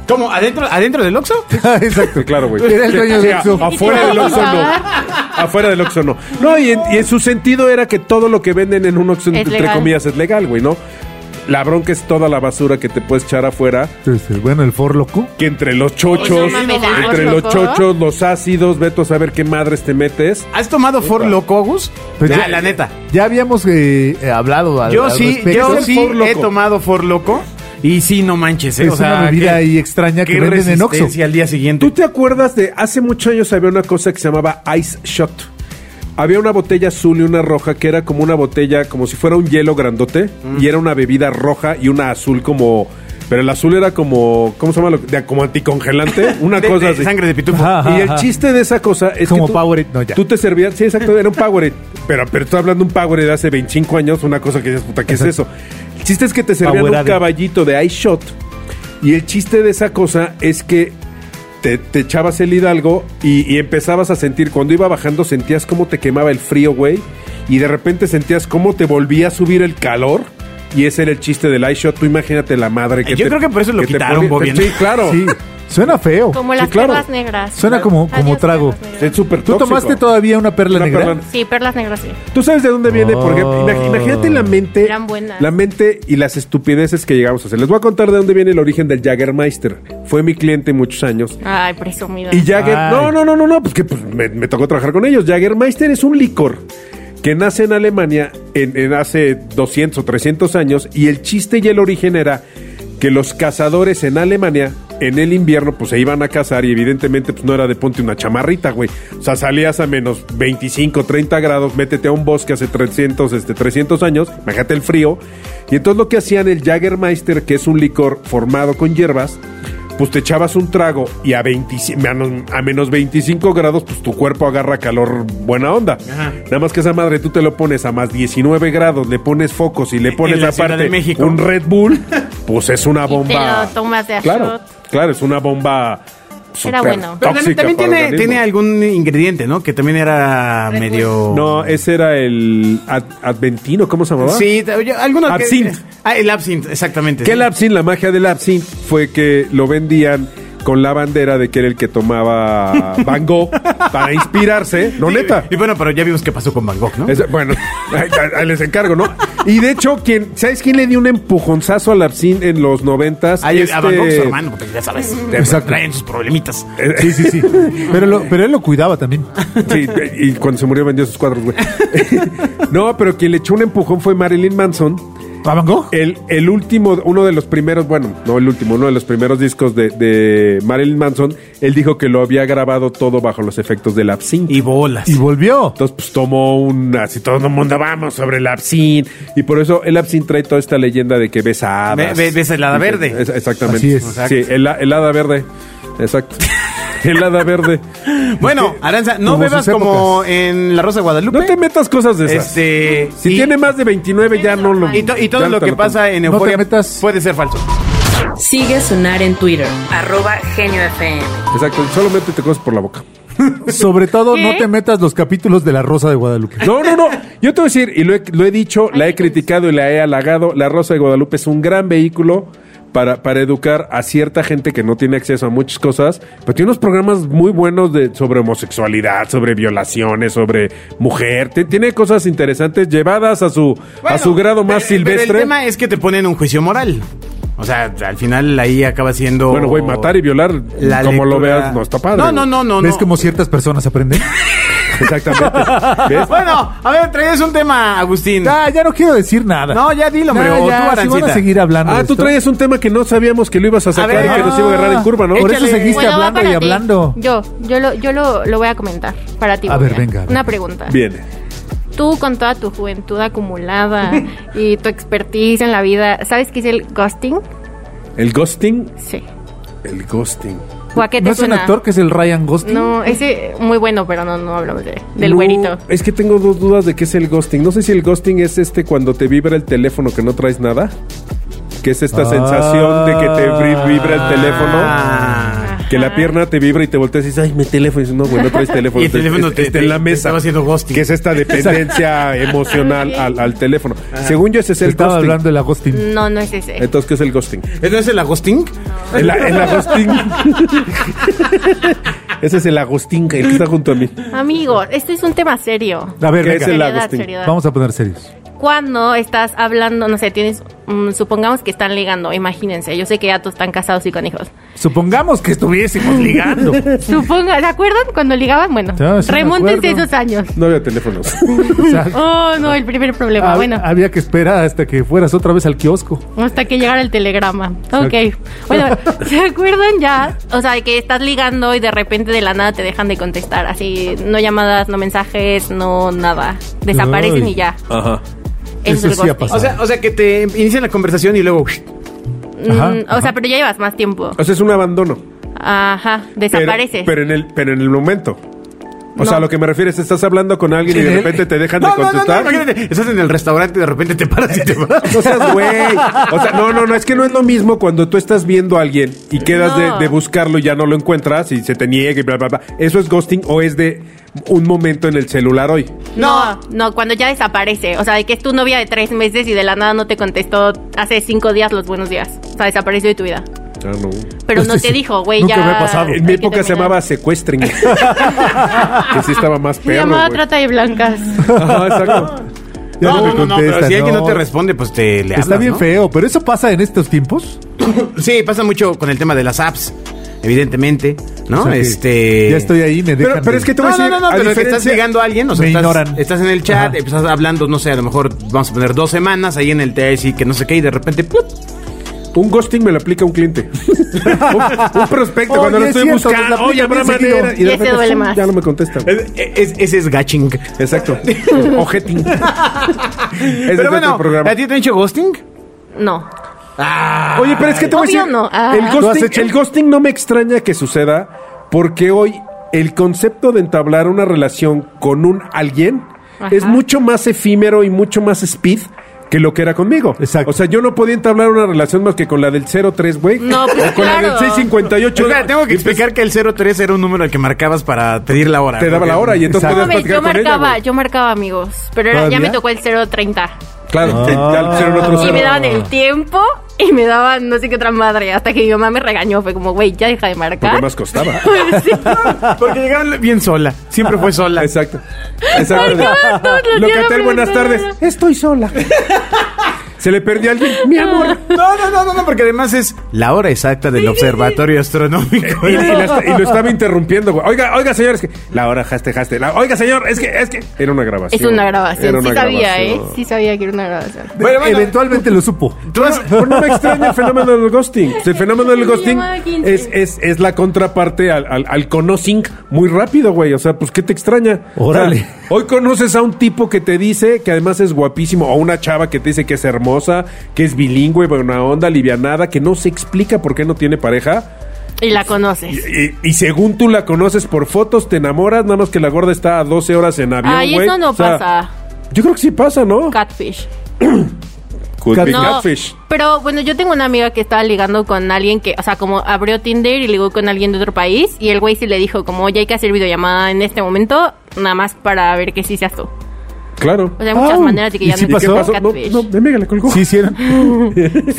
[SPEAKER 2] ¿Cómo? ¿Adentro, adentro del Oxxo?
[SPEAKER 4] (laughs) Exacto.
[SPEAKER 5] Sí, claro, güey.
[SPEAKER 4] Era el dueño
[SPEAKER 5] Sí,
[SPEAKER 4] del
[SPEAKER 5] a-
[SPEAKER 4] Oxxo. (laughs)
[SPEAKER 5] Afuera del Oxxo no. Afuera del Oxxo no. No, y en, y en su sentido era que todo lo que venden en un Oxxo,
[SPEAKER 3] Es
[SPEAKER 5] entre
[SPEAKER 3] legal.
[SPEAKER 5] comillas, es legal, güey, ¿no? La bronca es toda la basura que te puedes echar afuera
[SPEAKER 4] Entonces, Este, bueno, el for loco.
[SPEAKER 5] que entre los chochos,
[SPEAKER 3] Oye, no mames, ¿algo
[SPEAKER 5] entre los
[SPEAKER 3] loco?
[SPEAKER 5] chochos, los ácidos, veto a saber qué madres te metes.
[SPEAKER 2] ¿Has tomado For Loco, Agus?
[SPEAKER 4] Pues
[SPEAKER 2] Ya,
[SPEAKER 4] yo-
[SPEAKER 2] la neta.
[SPEAKER 4] Ya habíamos eh, eh, hablado al,
[SPEAKER 2] Yo
[SPEAKER 4] al
[SPEAKER 2] sí,
[SPEAKER 4] respecto.
[SPEAKER 2] yo
[SPEAKER 5] Es el
[SPEAKER 2] sí
[SPEAKER 5] Four
[SPEAKER 2] he
[SPEAKER 5] Loko.
[SPEAKER 2] tomado For Loco y sí, no manches. ¿eh?
[SPEAKER 4] Es
[SPEAKER 2] o sea,
[SPEAKER 4] una bebida
[SPEAKER 2] qué-
[SPEAKER 4] ahí extraña que
[SPEAKER 2] qué
[SPEAKER 4] venden en Oxxo.
[SPEAKER 2] resistencia al día siguiente.
[SPEAKER 5] ¿Tú te acuerdas de hace muchos años había una cosa que se llamaba Ice Shot? Había una botella azul y una roja que era como una botella, como si fuera un hielo grandote, y era una bebida roja y una azul como. Pero el azul era como. ¿Cómo se llama? lo- de- como anticongelante.
[SPEAKER 2] (laughs)
[SPEAKER 5] Una
[SPEAKER 2] De-
[SPEAKER 5] cosa
[SPEAKER 2] de
[SPEAKER 5] así.
[SPEAKER 2] sangre de pitufo.
[SPEAKER 4] Ajá.
[SPEAKER 5] Y el chiste de esa cosa es
[SPEAKER 4] Como
[SPEAKER 5] que. tú-
[SPEAKER 4] Powerade, no, ya.
[SPEAKER 5] Tú te servías. Sí, exacto, era un Powerade. Pero, pero estoy hablando de un Powerade de hace 25 años, una cosa que dices, puta, ¿qué es eso? El chiste es que te servían un
[SPEAKER 4] Powerade.
[SPEAKER 5] caballito de Ice Shot. Y el chiste de esa cosa es que te, te echabas el hidalgo y, y empezabas a sentir, cuando iba bajando sentías cómo te quemaba el frío, güey, y de repente sentías cómo te volvía a subir el calor. Y ese era el chiste del iShot. Tú imagínate la madre que
[SPEAKER 2] Yo
[SPEAKER 5] te-
[SPEAKER 2] creo que por eso lo
[SPEAKER 5] te
[SPEAKER 2] quitaron, Bobby,
[SPEAKER 5] ponía-
[SPEAKER 2] ¿no?
[SPEAKER 5] Sí, claro.
[SPEAKER 4] Sí, suena feo.
[SPEAKER 3] Como las
[SPEAKER 5] Sí, claro.
[SPEAKER 3] perlas negras.
[SPEAKER 4] Suena como- como
[SPEAKER 3] Adiós,
[SPEAKER 4] trago.
[SPEAKER 3] perlas negras.
[SPEAKER 5] Es súper
[SPEAKER 4] ¿Tú
[SPEAKER 5] tóxico.
[SPEAKER 4] tomaste todavía una perla
[SPEAKER 5] Una
[SPEAKER 4] negra?
[SPEAKER 5] perla-
[SPEAKER 3] Sí, perlas negras, sí.
[SPEAKER 5] ¿Tú sabes de dónde viene? Porque
[SPEAKER 4] Oh.
[SPEAKER 5] imag- imagínate la mente,
[SPEAKER 3] Eran buenas.
[SPEAKER 5] la mente y las estupideces que llegamos a hacer. Les voy a contar de dónde viene el origen del Jaggermeister. Fue mi cliente muchos años.
[SPEAKER 3] Ay, presumido.
[SPEAKER 5] Y Jagger,
[SPEAKER 4] Ay.
[SPEAKER 5] no, no, no, no, no, pues que pues, me, me tocó trabajar con ellos. Jaggermeister es un licor que nace en Alemania en, en hace 200 o 300 años y el chiste y el origen era que los cazadores en Alemania en el invierno pues se iban a cazar y evidentemente pues no era de ponte una chamarrita, güey. O sea, salías a menos 25, 30 grados, métete a un bosque hace 300, este, 300 años, imagínate el frío. Y entonces lo que hacían el Jaggermeister, que es un licor formado con hierbas, pues te echabas un trago y a, 25 menos- a menos 25 grados, pues tu cuerpo agarra calor buena onda.
[SPEAKER 2] Ajá.
[SPEAKER 5] Nada más que esa madre tú te lo pones a más 19 grados, le pones focos y le
[SPEAKER 2] En
[SPEAKER 5] pones
[SPEAKER 2] la Ciudad
[SPEAKER 5] aparte
[SPEAKER 2] de México.
[SPEAKER 5] un Red
[SPEAKER 2] (laughs)
[SPEAKER 5] Bull, pues es una
[SPEAKER 3] te
[SPEAKER 5] bomba.
[SPEAKER 3] lo tomas de a
[SPEAKER 5] claro,
[SPEAKER 3] shot.
[SPEAKER 5] claro, es una bomba. súper
[SPEAKER 3] bueno.
[SPEAKER 2] Pero también, también
[SPEAKER 5] tóxica para el
[SPEAKER 2] tiene,
[SPEAKER 5] organismo.
[SPEAKER 2] tiene algún ingrediente, ¿no? Que también era
[SPEAKER 3] Red Bull.
[SPEAKER 2] medio...
[SPEAKER 5] No, ese era el ad- adventino, ¿cómo se llamaba?
[SPEAKER 2] Sí, t- yo- alguno que-
[SPEAKER 5] Absinthe.
[SPEAKER 2] ah, el absinthe, exactamente.
[SPEAKER 5] Que
[SPEAKER 2] sí.
[SPEAKER 5] el absinthe, la magia del absinthe fue que lo vendían con la bandera de que era el que
[SPEAKER 2] (laughs)
[SPEAKER 5] tomaba Van Gogh para inspirarse. No,
[SPEAKER 2] Sí,
[SPEAKER 5] neta.
[SPEAKER 2] Y bueno, pero ya vimos qué pasó con Van Gogh, ¿no?
[SPEAKER 5] Es- bueno, ahí- ahí les encargo, ¿no? Y de hecho, quien, ¿sabes quién le dio un empujonzazo al absinthe en los noventas?
[SPEAKER 2] Ahí Eh, A Van Gogh, su
[SPEAKER 5] Este-
[SPEAKER 2] hermano, porque ya sabes.
[SPEAKER 5] Exacto.
[SPEAKER 2] Traen sus problemitas.
[SPEAKER 4] Sí, sí, sí. Pero, lo- pero él lo cuidaba también.
[SPEAKER 5] (laughs) Sí, y cuando se murió vendió sus cuadros, güey. (laughs) No, pero quien le echó un empujón fue Marilyn Manson.
[SPEAKER 4] ¿A Van Gogh?
[SPEAKER 5] El, el último, uno de los primeros, bueno, no el último, uno de los primeros discos de, de Marilyn Manson, él dijo que lo había grabado todo bajo los efectos del absinthe.
[SPEAKER 2] Y bolas.
[SPEAKER 4] Y volvió.
[SPEAKER 5] Entonces, pues tomó un, así todo el mundo, vamos, sobre el absinthe. Y por eso el absinthe trae toda esta leyenda de que besa hadas.
[SPEAKER 2] Ve- ve- besa el hada verde.
[SPEAKER 5] Es- exactamente.
[SPEAKER 4] Así es.
[SPEAKER 5] Sí, el, el hada verde. Exacto. el hada verde.
[SPEAKER 2] (laughs) bueno, Aranza, no
[SPEAKER 4] Tuvo sus
[SPEAKER 2] bebas como en La Rosa de Guadalupe.
[SPEAKER 5] No te metas cosas de esas.
[SPEAKER 2] Este.
[SPEAKER 5] si
[SPEAKER 2] y-
[SPEAKER 5] tiene más de 29 ya no lo...
[SPEAKER 2] Y, to- y todo
[SPEAKER 5] ya
[SPEAKER 2] lo
[SPEAKER 5] te
[SPEAKER 2] que pasa en
[SPEAKER 4] No te
[SPEAKER 2] Euforia
[SPEAKER 4] metas.
[SPEAKER 2] puede ser falso.
[SPEAKER 1] Sigue a Sonar en Twitter, arroba Genio FM.
[SPEAKER 5] Exacto, solo métete cosas por la boca.
[SPEAKER 4] Sobre todo,
[SPEAKER 3] ¿Qué?
[SPEAKER 4] no te metas los capítulos de La Rosa de Guadalupe.
[SPEAKER 5] No, no, no. Yo te voy a decir, y lo he, lo he dicho, la
[SPEAKER 3] Ay,
[SPEAKER 5] he
[SPEAKER 3] qué
[SPEAKER 5] criticado y la he halagado. La Rosa de Guadalupe es un gran vehículo para, para educar a cierta gente que no tiene acceso a muchas cosas, pero tiene unos programas muy buenos de, sobre homosexualidad, sobre violaciones, sobre mujer. Te- tiene cosas interesantes llevadas a su, a su grado más
[SPEAKER 2] Pero- pero
[SPEAKER 5] silvestre.
[SPEAKER 2] el tema es que te ponen un juicio moral. O sea, al final ahí acaba siendo.
[SPEAKER 5] Bueno, güey, matar y violar,
[SPEAKER 2] la
[SPEAKER 5] como lo
[SPEAKER 2] lectura-
[SPEAKER 5] veas, no está padre.
[SPEAKER 2] No, no,
[SPEAKER 5] güey.
[SPEAKER 2] no, no.
[SPEAKER 4] ¿Ves
[SPEAKER 2] no.
[SPEAKER 4] cómo ciertas personas aprenden?
[SPEAKER 5] Exactamente.
[SPEAKER 2] (laughs)
[SPEAKER 5] ¿Ves?
[SPEAKER 2] Bueno, a ver, traes un tema, Agustín.
[SPEAKER 4] Ah, ya no quiero decir nada.
[SPEAKER 2] No, ya dilo, hombre, o tú,
[SPEAKER 4] ya, si van
[SPEAKER 2] Arancita.
[SPEAKER 4] a seguir hablando.
[SPEAKER 5] Ah,
[SPEAKER 4] de
[SPEAKER 5] tú
[SPEAKER 4] esto.
[SPEAKER 5] traías un tema que no sabíamos que lo ibas a sacar
[SPEAKER 2] ver, ah.
[SPEAKER 5] y que nos iba a agarrar en curva, ¿no?
[SPEAKER 4] Por eso
[SPEAKER 2] Échale.
[SPEAKER 4] seguiste
[SPEAKER 3] Bueno, va
[SPEAKER 4] hablando
[SPEAKER 3] para
[SPEAKER 4] y
[SPEAKER 3] ti.
[SPEAKER 4] hablando.
[SPEAKER 3] Yo, yo lo, yo lo, lo voy a comentar para ti.
[SPEAKER 4] A ver,
[SPEAKER 3] Bobia.
[SPEAKER 4] venga, a ver.
[SPEAKER 3] Una pregunta.
[SPEAKER 5] Bien.
[SPEAKER 3] Tú con toda tu juventud
[SPEAKER 5] (laughs)
[SPEAKER 3] acumulada y tu expertise en la vida, ¿sabes qué es el ghosting?
[SPEAKER 5] El ghosting.
[SPEAKER 3] Sí.
[SPEAKER 5] El ghosting.
[SPEAKER 3] ¿O a qué te
[SPEAKER 4] ¿No es un
[SPEAKER 3] suena?
[SPEAKER 4] actor que es el Ryan Gosling?
[SPEAKER 3] No, ese muy bueno, pero no, no hablamos de, del
[SPEAKER 5] No,
[SPEAKER 3] güerito.
[SPEAKER 5] Es que tengo dos dudas de qué es el ghosting. No sé si el ghosting es este cuando te vibra el teléfono que no traes nada. Que es esta
[SPEAKER 4] Ah.
[SPEAKER 5] sensación de que te vri- vibra el teléfono.
[SPEAKER 2] Ah.
[SPEAKER 5] Que la pierna te vibra y te volteas y dices, ay, mi teléfono. Y dices, no, güey,
[SPEAKER 2] (laughs)
[SPEAKER 5] no traes teléfono.
[SPEAKER 2] Y el
[SPEAKER 5] Te-
[SPEAKER 2] teléfono
[SPEAKER 5] Pues, es-
[SPEAKER 2] te- te-
[SPEAKER 5] está en la
[SPEAKER 2] te
[SPEAKER 5] mesa.
[SPEAKER 2] estaba haciendo ghosting.
[SPEAKER 5] Que
[SPEAKER 2] (laughs)
[SPEAKER 5] es esta dependencia emocional al, al teléfono. Según yo, ese es el
[SPEAKER 4] Estaba
[SPEAKER 5] ghosting.
[SPEAKER 4] hablando del Agostín.
[SPEAKER 3] No, no es ese.
[SPEAKER 5] Entonces, ¿qué es el ghosting?
[SPEAKER 2] ¿No es el Agustín?
[SPEAKER 5] El, a- el
[SPEAKER 2] (laughs)
[SPEAKER 5] agostín. (laughs) ese es el agostín, el que está junto a mí.
[SPEAKER 3] Amigo, este es un tema serio.
[SPEAKER 4] A ver, venga.
[SPEAKER 5] ¿Qué es el
[SPEAKER 3] Seriedad,
[SPEAKER 5] agostín?
[SPEAKER 3] seriedad.
[SPEAKER 4] Vamos a poner serios.
[SPEAKER 3] Cuando estás hablando, no sé, tienes, mm, supongamos que están ligando, imagínense, yo sé que ya todos están casados y con hijos.
[SPEAKER 4] Supongamos que estuviésemos ligando.
[SPEAKER 3] Supongo, ¿se acuerdan cuando ligaban? Bueno,
[SPEAKER 4] Ah, sí me
[SPEAKER 3] remóntense
[SPEAKER 4] acuerdo.
[SPEAKER 3] esos años.
[SPEAKER 5] No había teléfonos.
[SPEAKER 4] O sea,
[SPEAKER 3] Oh, no, el primer problema.
[SPEAKER 4] hab-
[SPEAKER 3] bueno,
[SPEAKER 4] Ah, Había que esperar hasta que fueras otra vez al kiosco.
[SPEAKER 3] hasta que llegara el telegrama. Ok. Bueno,
[SPEAKER 4] (laughs)
[SPEAKER 3] ¿se acuerdan ya? O sea, que estás ligando y de repente de la nada te dejan de contestar. Así, no llamadas, no mensajes, no nada. Desaparecen
[SPEAKER 4] Ay.
[SPEAKER 3] y ya.
[SPEAKER 5] Ajá.
[SPEAKER 3] Eso
[SPEAKER 4] Eso
[SPEAKER 3] es el
[SPEAKER 4] sí ha
[SPEAKER 3] ghosting.
[SPEAKER 4] pasado.
[SPEAKER 2] O sea, o sea, que te inician la conversación y luego. uff,
[SPEAKER 3] Mm,
[SPEAKER 4] Ajá,
[SPEAKER 3] O sea, pero ya llevas más tiempo.
[SPEAKER 5] O sea, es un abandono.
[SPEAKER 3] Ajá,
[SPEAKER 5] Pero-
[SPEAKER 3] desapareces.
[SPEAKER 5] Pero, en el, pero en el momento. O
[SPEAKER 3] No.
[SPEAKER 5] sea, a lo que me refieres, estás hablando con alguien y de repente te dejan de
[SPEAKER 2] No, no, no, no,
[SPEAKER 5] contestar.
[SPEAKER 2] imagínate. Estás en el restaurante y de repente te paras y te vas.
[SPEAKER 5] (laughs) No seas güey. O sea, no, no, no, es que no es lo mismo cuando tú estás viendo a alguien y quedas
[SPEAKER 3] No.
[SPEAKER 5] de, de buscarlo y ya no lo encuentras y se te niega y bla, bla, bla. ¿Eso es ghosting o es de un momento en el celular hoy?
[SPEAKER 3] No, no, cuando ya desaparece. O sea, de que es tu novia de tres meses y de la nada no te contestó hace cinco días los buenos días. O sea, desapareció de tu vida.
[SPEAKER 5] Ah, no.
[SPEAKER 3] Pero
[SPEAKER 4] Este
[SPEAKER 3] no
[SPEAKER 4] sí.
[SPEAKER 3] te dijo, güey,
[SPEAKER 4] Nunca
[SPEAKER 3] ya.
[SPEAKER 4] me ha pasado.
[SPEAKER 5] En mi
[SPEAKER 3] hay que
[SPEAKER 5] época se
[SPEAKER 3] terminar. (laughs)
[SPEAKER 5] llamaba secuestren. que sí estaba más
[SPEAKER 3] Se
[SPEAKER 5] perro.
[SPEAKER 3] llamaba
[SPEAKER 5] güey.
[SPEAKER 3] Trata de
[SPEAKER 5] (laughs)
[SPEAKER 3] Blancas.
[SPEAKER 5] Ajá, exacto.
[SPEAKER 4] Ya
[SPEAKER 2] No, no, no,
[SPEAKER 4] me
[SPEAKER 2] no, pero
[SPEAKER 4] contestan,
[SPEAKER 2] si alguien no te responde, pues te le hablas,
[SPEAKER 4] Está bien
[SPEAKER 2] ¿no?
[SPEAKER 4] feo, pero eso pasa en estos tiempos.
[SPEAKER 2] Sí, pasa mucho con el tema de las apps, evidentemente, ¿no?
[SPEAKER 4] O sea que
[SPEAKER 2] este...
[SPEAKER 4] Ya estoy ahí, me dejan.
[SPEAKER 5] Pero, pero
[SPEAKER 4] de-
[SPEAKER 5] es que te voy
[SPEAKER 2] No,
[SPEAKER 5] a
[SPEAKER 2] no,
[SPEAKER 5] decir.
[SPEAKER 2] no, no,
[SPEAKER 5] a
[SPEAKER 2] pero que
[SPEAKER 5] diferencia-
[SPEAKER 2] estás llegando a alguien, o sea,
[SPEAKER 4] Me
[SPEAKER 2] estás,
[SPEAKER 4] ignoran.
[SPEAKER 2] estás en el chat,
[SPEAKER 4] Ajá.
[SPEAKER 2] estás hablando, no sé, a lo mejor vamos a poner dos semanas ahí en el TIC, que no sé qué, y de repente, ¡plup!
[SPEAKER 5] Un ghosting me lo aplica un cliente. (laughs) un, un prospecto
[SPEAKER 4] Oye,
[SPEAKER 5] cuando lo
[SPEAKER 4] es
[SPEAKER 5] estoy
[SPEAKER 4] cierto, me lo
[SPEAKER 5] buscando.
[SPEAKER 4] aplica
[SPEAKER 5] Oye, habrá
[SPEAKER 4] bien seguido.
[SPEAKER 5] manera.
[SPEAKER 3] Y
[SPEAKER 5] de
[SPEAKER 3] ese
[SPEAKER 5] repente,
[SPEAKER 3] duele
[SPEAKER 5] ¡zum!
[SPEAKER 3] más.
[SPEAKER 5] Ya no me contesta.
[SPEAKER 2] Es- es- ese es gaching.
[SPEAKER 5] (laughs) Exacto. Ojeting. Ese es
[SPEAKER 2] Pero
[SPEAKER 5] otro
[SPEAKER 2] bueno,
[SPEAKER 5] programa.
[SPEAKER 2] ¿a ti te han hecho ghosting?
[SPEAKER 3] No.
[SPEAKER 5] Oye, pero es que te voy a
[SPEAKER 3] Obvio
[SPEAKER 5] decir,
[SPEAKER 3] no. Ah.
[SPEAKER 5] el,
[SPEAKER 4] ¿Lo has
[SPEAKER 5] ghosting,
[SPEAKER 4] hecho?
[SPEAKER 5] el ghosting no me extraña que suceda porque hoy el concepto de entablar una relación con un alguien
[SPEAKER 3] Ajá.
[SPEAKER 5] es mucho más efímero y mucho más speed que lo que era conmigo.
[SPEAKER 4] Exacto.
[SPEAKER 5] O sea, yo no podía entablar una relación más que con la del 03, güey.
[SPEAKER 3] No, pues
[SPEAKER 5] o con la del
[SPEAKER 3] claro.
[SPEAKER 5] 658.
[SPEAKER 2] Espera, tengo que explicar que el 03 era un número al que marcabas para pedir la hora.
[SPEAKER 5] pues Te daba la hora y entonces
[SPEAKER 4] Exacto.
[SPEAKER 3] No, mames, yo
[SPEAKER 5] podías platicar con ella,
[SPEAKER 3] marcaba,
[SPEAKER 5] güey.
[SPEAKER 3] yo marcaba amigos, pero era- ya
[SPEAKER 4] ¿Todavía?
[SPEAKER 3] me tocó el 030.
[SPEAKER 5] Claro, te- ya le pusieron otro
[SPEAKER 4] Ah.
[SPEAKER 3] Y
[SPEAKER 5] cero.
[SPEAKER 3] me daban el tiempo y me daban no sé qué otra madre. Hasta que mi mamá me regañó. Fue como, güey, ya deja de
[SPEAKER 5] Porque
[SPEAKER 3] (laughs) marcar.
[SPEAKER 5] más costaba.
[SPEAKER 3] Sí.
[SPEAKER 2] Porque llegaban bien sola. Siempre fue sola.
[SPEAKER 5] Exacto. Exacto.
[SPEAKER 3] Marcaban todos
[SPEAKER 5] (laughs)
[SPEAKER 3] los días
[SPEAKER 5] Locatel,
[SPEAKER 3] la
[SPEAKER 5] buenas
[SPEAKER 3] primera.
[SPEAKER 5] tardes.
[SPEAKER 4] (laughs)
[SPEAKER 5] Estoy sola. Se le perdió a
[SPEAKER 3] (laughs)
[SPEAKER 5] alguien. (laughs) Mi amor.
[SPEAKER 2] No, no, no, no, no, porque además es la hora exacta del observatorio astronómico.
[SPEAKER 5] Y, y la- y lo estaba interrumpiendo, güey. Oiga, oiga, señor, es que. La hora, jaste, jaste. La- oiga, señor, es que, es que. Era una grabación.
[SPEAKER 3] Es una grabación.
[SPEAKER 5] Era una
[SPEAKER 3] sí sabía,
[SPEAKER 5] grabación.
[SPEAKER 3] ¿eh? Sí sabía que era una grabación.
[SPEAKER 2] Bueno, bueno.
[SPEAKER 4] Eventualmente lo supo.
[SPEAKER 2] Tú has-
[SPEAKER 5] Pero no me extraña el fenómeno del ghosting. El
[SPEAKER 3] (laughs)
[SPEAKER 5] fenómeno del
[SPEAKER 3] Mi
[SPEAKER 5] ghosting
[SPEAKER 3] llamada 15.
[SPEAKER 5] es, es, es la contraparte al, al, al conocing muy rápido, güey. O sea, pues, ¿qué te extraña?
[SPEAKER 4] Órale.
[SPEAKER 5] O sea, hoy conoces a un tipo que te dice que además es guapísimo, o una chava que te dice que es hermosa, que es bilingüe, buena onda, livianada, que no se explica por qué no tiene pareja.
[SPEAKER 3] Y la conoces.
[SPEAKER 5] Y, y según tú la conoces por fotos, te enamoras, nada más que la gorda está a 12 horas en avión,
[SPEAKER 3] Ay,
[SPEAKER 5] güey.
[SPEAKER 3] eso no
[SPEAKER 5] O sea,
[SPEAKER 3] pasa.
[SPEAKER 5] Yo creo que sí pasa, ¿no?
[SPEAKER 3] Catfish.
[SPEAKER 5] Could be
[SPEAKER 3] No,
[SPEAKER 5] catfish.
[SPEAKER 3] Pero bueno, yo tengo una amiga que estaba ligando con alguien que, o sea, como abrió Tinder y ligó con alguien de otro país. Y el güey sí le dijo, como, oye, hay que hacer videollamada en este momento, nada más para ver que sí seas tú.
[SPEAKER 5] Claro.
[SPEAKER 3] O sea, hay muchas
[SPEAKER 4] Au.
[SPEAKER 3] maneras de que
[SPEAKER 4] ¿Y
[SPEAKER 3] ya
[SPEAKER 4] sí
[SPEAKER 3] no
[SPEAKER 5] ¿Y qué
[SPEAKER 4] pasó?
[SPEAKER 5] pasó? No,
[SPEAKER 3] catfish.
[SPEAKER 5] no, de mega le colgó.
[SPEAKER 4] ¿Sí hicieron?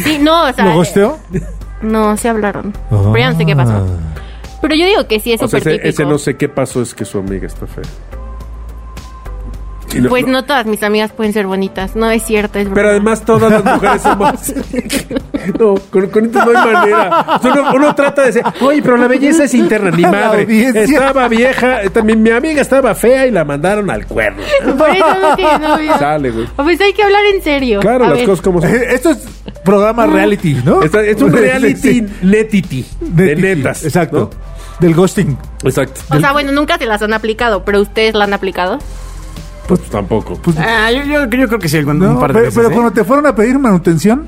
[SPEAKER 3] Sí, no, o sea.
[SPEAKER 4] ¿Lo gosteó?
[SPEAKER 3] No, se hablaron. Pero ya no sé qué pasó. Pero yo digo que sí es
[SPEAKER 5] Ah. o sea,
[SPEAKER 3] súper
[SPEAKER 5] ese,
[SPEAKER 3] típico.
[SPEAKER 5] ese no sé qué pasó, es que su amiga está fea. Y
[SPEAKER 3] Pues no todas mis amigas pueden ser bonitas. No es cierto, es broma.
[SPEAKER 5] Pero además todas las
[SPEAKER 3] (laughs)
[SPEAKER 5] mujeres somos... (laughs) no, con, con esto no hay manera. O sea, Uno, uno trata de decir, oye, pero la belleza es interna, ni
[SPEAKER 4] (laughs) La
[SPEAKER 5] madre.
[SPEAKER 4] audiencia.
[SPEAKER 5] Estaba vieja, eh, también mi amiga estaba fea y la mandaron al cuerno.
[SPEAKER 3] Por eso no tiene novio.
[SPEAKER 5] (laughs) Sale, güey.
[SPEAKER 3] Pues hay que hablar en serio.
[SPEAKER 5] Claro,
[SPEAKER 3] A
[SPEAKER 5] las
[SPEAKER 3] ver,
[SPEAKER 5] cosas como son.
[SPEAKER 4] Eh, Esto es programa reality, ¿no?
[SPEAKER 5] Esta- es
[SPEAKER 4] (laughs)
[SPEAKER 5] un
[SPEAKER 4] Sí,
[SPEAKER 5] reality
[SPEAKER 4] sí.
[SPEAKER 5] netity. De
[SPEAKER 4] Netity,
[SPEAKER 5] netas.
[SPEAKER 4] Exacto. Del ghosting.
[SPEAKER 5] ¿no? Exacto.
[SPEAKER 3] O sea, bueno, nunca se las han aplicado, pero ustedes la han aplicado.
[SPEAKER 5] Pues tampoco.
[SPEAKER 4] Pues,
[SPEAKER 2] Ah, yo, yo- yo creo que sí, algún
[SPEAKER 4] no,
[SPEAKER 2] un par de
[SPEAKER 4] pero,
[SPEAKER 2] veces,
[SPEAKER 4] pero
[SPEAKER 2] ¿eh?
[SPEAKER 4] cuando te fueron a pedir manutención,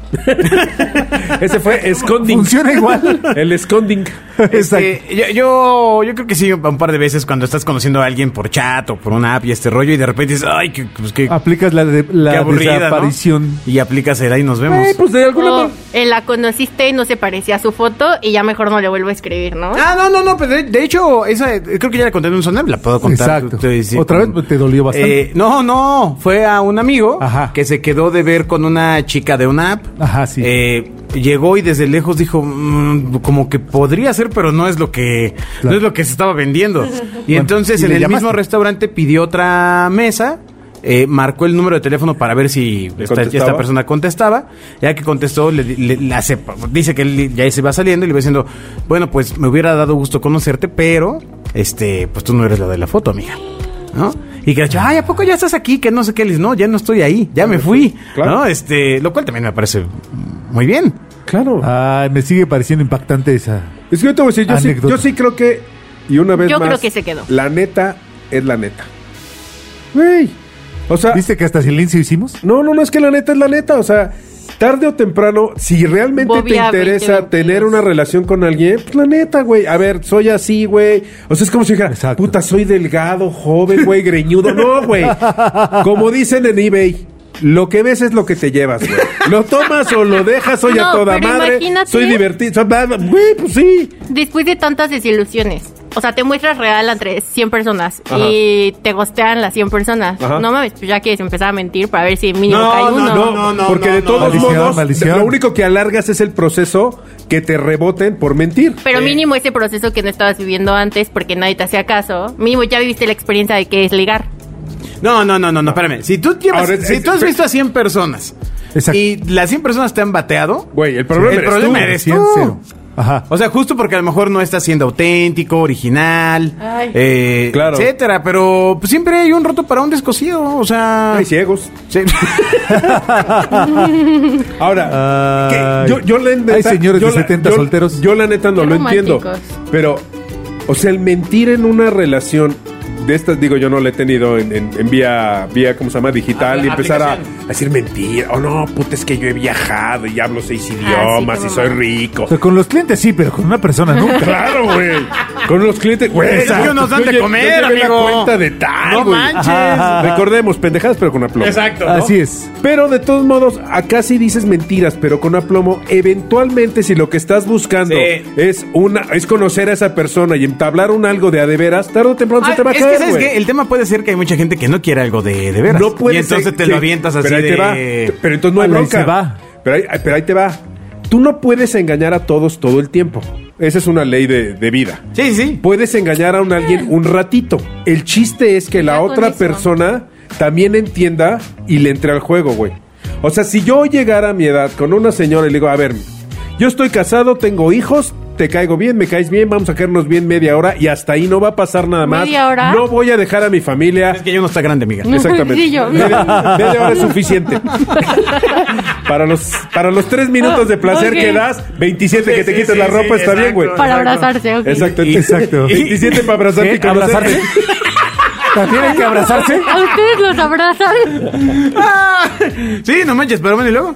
[SPEAKER 5] Ese
[SPEAKER 4] (laughs)
[SPEAKER 5] fue esconding.
[SPEAKER 4] funciona igual.
[SPEAKER 5] El esconding.
[SPEAKER 4] Exacto.
[SPEAKER 2] Este, yo, yo, yo creo que sí, un par de veces cuando estás conociendo a alguien por chat o por una app y este rollo y de repente dices, ay, que, pues que,
[SPEAKER 4] Aplicas la, de, la
[SPEAKER 2] qué aburrida, ¿no?
[SPEAKER 4] desaparición.
[SPEAKER 2] Y aplicas el ahí nos vemos.
[SPEAKER 5] Eh, pues de alguna
[SPEAKER 3] O
[SPEAKER 5] manera.
[SPEAKER 3] eh, la conociste y no se parecía a su foto y ya mejor no le vuelvo a escribir, ¿no?
[SPEAKER 2] Ah, no, no, no, pero de, de hecho, esa, eh, creo que ya la conté en un sonar, la puedo contar.
[SPEAKER 4] Exacto.
[SPEAKER 2] Tú- tú- sí,
[SPEAKER 4] Otra
[SPEAKER 2] con-
[SPEAKER 4] vez te dolió bastante.
[SPEAKER 2] Eh, no, no, fue a un amigo
[SPEAKER 4] Ajá.
[SPEAKER 2] que se quedó de ver con una chica de una app.
[SPEAKER 4] Ajá, sí.
[SPEAKER 2] Eh, llegó y desde lejos dijo, "Mm, como que podría ser, pero no es lo que no
[SPEAKER 4] Claro.
[SPEAKER 2] es lo que se estaba vendiendo. Y
[SPEAKER 4] Bueno,
[SPEAKER 2] entonces
[SPEAKER 4] ¿y
[SPEAKER 2] en
[SPEAKER 4] le
[SPEAKER 2] el
[SPEAKER 4] llamaste?
[SPEAKER 2] mismo restaurante pidió otra mesa. eh, marcó el número de teléfono para ver si esta,
[SPEAKER 5] contestaba?
[SPEAKER 2] esta persona contestaba. Ya que contestó, le, le- le hace- dice que él ya se va saliendo y le va diciendo, bueno, pues me hubiera dado gusto conocerte, pero este, pues tú no eres la de la foto, amiga. ¿no? Y que ha dicho, ay, ¿a poco ya estás aquí? Que no sé qué, Les, no, ya no estoy ahí, ya me fui,
[SPEAKER 5] Claro.
[SPEAKER 2] ¿no? Este, lo cual también me parece muy bien.
[SPEAKER 5] Claro.
[SPEAKER 4] Ay, me sigue pareciendo impactante esa.
[SPEAKER 5] Ah, Es que yo te voy a decir, yo sí,
[SPEAKER 4] Anécdota.
[SPEAKER 5] yo sí creo que. Y una vez
[SPEAKER 3] Yo
[SPEAKER 5] más.
[SPEAKER 3] creo que se quedó.
[SPEAKER 5] La neta es la neta. Güey. O
[SPEAKER 2] Ah.
[SPEAKER 5] sea.
[SPEAKER 4] ¿Viste que hasta silencio hicimos?
[SPEAKER 5] No, no, no, es que la neta es la neta. O sea, tarde o temprano, si realmente te
[SPEAKER 3] Bobia,
[SPEAKER 5] interesa
[SPEAKER 3] 20,
[SPEAKER 5] tener
[SPEAKER 3] 22.
[SPEAKER 5] una relación con alguien, pues la neta, güey. A ver, soy así, güey. O sea, es como si dijera,
[SPEAKER 4] Exacto.
[SPEAKER 5] puta, soy delgado, joven, güey, greñudo. No, güey. Como dicen en eBay. Lo que ves es lo que te llevas, güey. Lo tomas o lo dejas, soy a
[SPEAKER 3] No,
[SPEAKER 5] toda
[SPEAKER 3] pero
[SPEAKER 5] madre.
[SPEAKER 3] imagínate.
[SPEAKER 5] Soy divertido. soy- Güey, pues sí.
[SPEAKER 3] Después de tantas desilusiones. O sea, te muestras real entre 100 personas
[SPEAKER 5] Ajá.
[SPEAKER 3] y te gostean las 100 personas.
[SPEAKER 5] Ajá.
[SPEAKER 3] No mames, pues ya quieres empezar a mentir para ver si mínimo
[SPEAKER 2] No,
[SPEAKER 3] cae
[SPEAKER 2] no,
[SPEAKER 3] uno.
[SPEAKER 5] No,
[SPEAKER 2] no, no,
[SPEAKER 5] porque
[SPEAKER 2] no,
[SPEAKER 5] de
[SPEAKER 2] no.
[SPEAKER 5] todos
[SPEAKER 4] Maldición,
[SPEAKER 5] modos,
[SPEAKER 4] maldición.
[SPEAKER 5] lo único que alargas es el proceso que te reboten por mentir.
[SPEAKER 3] Pero mínimo ese proceso que no estabas viviendo antes porque nadie te hacía caso. Mínimo ya viviste la experiencia de qué es ligar.
[SPEAKER 2] No, no, no, no, no, espérame. Si tú llevas,
[SPEAKER 5] Ahora, es-
[SPEAKER 2] si tú has
[SPEAKER 5] es-
[SPEAKER 2] visto a 100 personas
[SPEAKER 4] Exacto.
[SPEAKER 2] y las 100 personas te han bateado,
[SPEAKER 5] Güey, el problema
[SPEAKER 2] el
[SPEAKER 5] eres
[SPEAKER 2] problema
[SPEAKER 5] tú.
[SPEAKER 2] eres
[SPEAKER 4] Cien,
[SPEAKER 2] tú.
[SPEAKER 4] cero. Ajá.
[SPEAKER 2] O sea, justo porque a lo mejor no estás siendo auténtico, original,
[SPEAKER 3] Ay.
[SPEAKER 2] eh,
[SPEAKER 5] Claro.
[SPEAKER 2] etcétera, pero pues, siempre hay un roto para un descosido, o sea...
[SPEAKER 5] Hay ciegos. (laughs)
[SPEAKER 2] Sí.
[SPEAKER 5] Ahora,
[SPEAKER 4] Ay.
[SPEAKER 5] que yo, yo la neta-
[SPEAKER 4] Hay señores
[SPEAKER 5] yo
[SPEAKER 4] de
[SPEAKER 5] la-
[SPEAKER 4] 70
[SPEAKER 5] yo-
[SPEAKER 4] solteros.
[SPEAKER 5] Yo la neta no
[SPEAKER 3] Qué
[SPEAKER 5] lo entiendo.
[SPEAKER 3] románticos.
[SPEAKER 5] Pero, o sea, el mentir en una relación de estas, digo, yo no la he tenido en, en- en vía, vía, ¿cómo se llama? Digital
[SPEAKER 2] Apl-
[SPEAKER 5] y empezar a,
[SPEAKER 2] aplicación.
[SPEAKER 5] decir mentira. O no, puta, es que yo he viajado y hablo seis
[SPEAKER 3] Ah,
[SPEAKER 5] idiomas
[SPEAKER 3] sí, qué
[SPEAKER 5] y soy
[SPEAKER 3] mamá.
[SPEAKER 5] rico.
[SPEAKER 4] O sea, con los clientes sí, pero con una persona nunca.
[SPEAKER 5] Claro, güey. Con los clientes, güey.
[SPEAKER 2] Es que nos dan
[SPEAKER 5] yo
[SPEAKER 2] de
[SPEAKER 5] lle-
[SPEAKER 2] comer,
[SPEAKER 5] yo llevé
[SPEAKER 2] amigo.
[SPEAKER 5] la cuenta de tal,
[SPEAKER 2] No
[SPEAKER 5] güey.
[SPEAKER 2] manches.
[SPEAKER 5] Ajá. Recordemos, pendejadas, pero con aplomo.
[SPEAKER 2] Exacto. ¿no?
[SPEAKER 4] Así es.
[SPEAKER 5] Pero de todos modos, acá sí dices mentiras, pero con aplomo, eventualmente si lo que estás buscando
[SPEAKER 2] Sí.
[SPEAKER 5] es una es conocer a esa persona y entablar un algo de a de veras, tarde o temprano
[SPEAKER 2] Ah,
[SPEAKER 5] se te va a
[SPEAKER 2] es
[SPEAKER 5] caer,
[SPEAKER 2] que sabes
[SPEAKER 5] güey.
[SPEAKER 2] qué? el tema puede ser que hay mucha gente que no quiere algo de, de veras.
[SPEAKER 5] No puede
[SPEAKER 2] y entonces
[SPEAKER 5] ser-
[SPEAKER 2] te
[SPEAKER 5] sí,
[SPEAKER 2] lo avientas así
[SPEAKER 5] pero ahí
[SPEAKER 2] de... "Ah,
[SPEAKER 5] te va. Pero entonces no hay
[SPEAKER 4] Ala, y
[SPEAKER 5] bronca.
[SPEAKER 4] se va.
[SPEAKER 5] Pero ahí, pero ahí te va. Tú no puedes engañar a todos todo el tiempo. Esa es una ley de, de vida.
[SPEAKER 2] Sí, sí.
[SPEAKER 5] Puedes engañar a un alguien un ratito. El chiste es que
[SPEAKER 3] Ya
[SPEAKER 5] la
[SPEAKER 3] con
[SPEAKER 5] otra
[SPEAKER 3] eso.
[SPEAKER 5] persona también entienda y le entre al juego, güey. O sea, si yo llegara a mi edad con una señora y le digo, a ver, yo estoy casado, tengo hijos, te caigo bien, me caes bien, vamos a quedarnos bien media hora y hasta ahí no va a pasar nada más.
[SPEAKER 3] ¿Media hora?
[SPEAKER 5] No voy a dejar a mi familia.
[SPEAKER 2] Es que yo no está grande, amiga.
[SPEAKER 5] Exactamente.
[SPEAKER 3] Sí, yo.
[SPEAKER 5] Media, media
[SPEAKER 3] (laughs)
[SPEAKER 5] hora es suficiente. para, los, para los tres minutos de placer
[SPEAKER 3] Ok.
[SPEAKER 5] que das, 27 que te
[SPEAKER 2] Sí, sí,
[SPEAKER 5] quites la
[SPEAKER 2] sí,
[SPEAKER 5] ropa
[SPEAKER 2] sí,
[SPEAKER 5] está bien,
[SPEAKER 2] exacto.
[SPEAKER 5] güey.
[SPEAKER 3] Para abrazarse, ok.
[SPEAKER 5] Exacto,
[SPEAKER 2] Y-
[SPEAKER 5] exacto.
[SPEAKER 2] y-
[SPEAKER 5] 27 para abrazarte y
[SPEAKER 4] ¿Qué?
[SPEAKER 5] conocer.
[SPEAKER 4] ¿Abrazarte? ¿También hay que abrazarse?
[SPEAKER 3] ¿A ustedes los abrazan?
[SPEAKER 2] (laughs) Sí, no manches, pero bueno, y luego.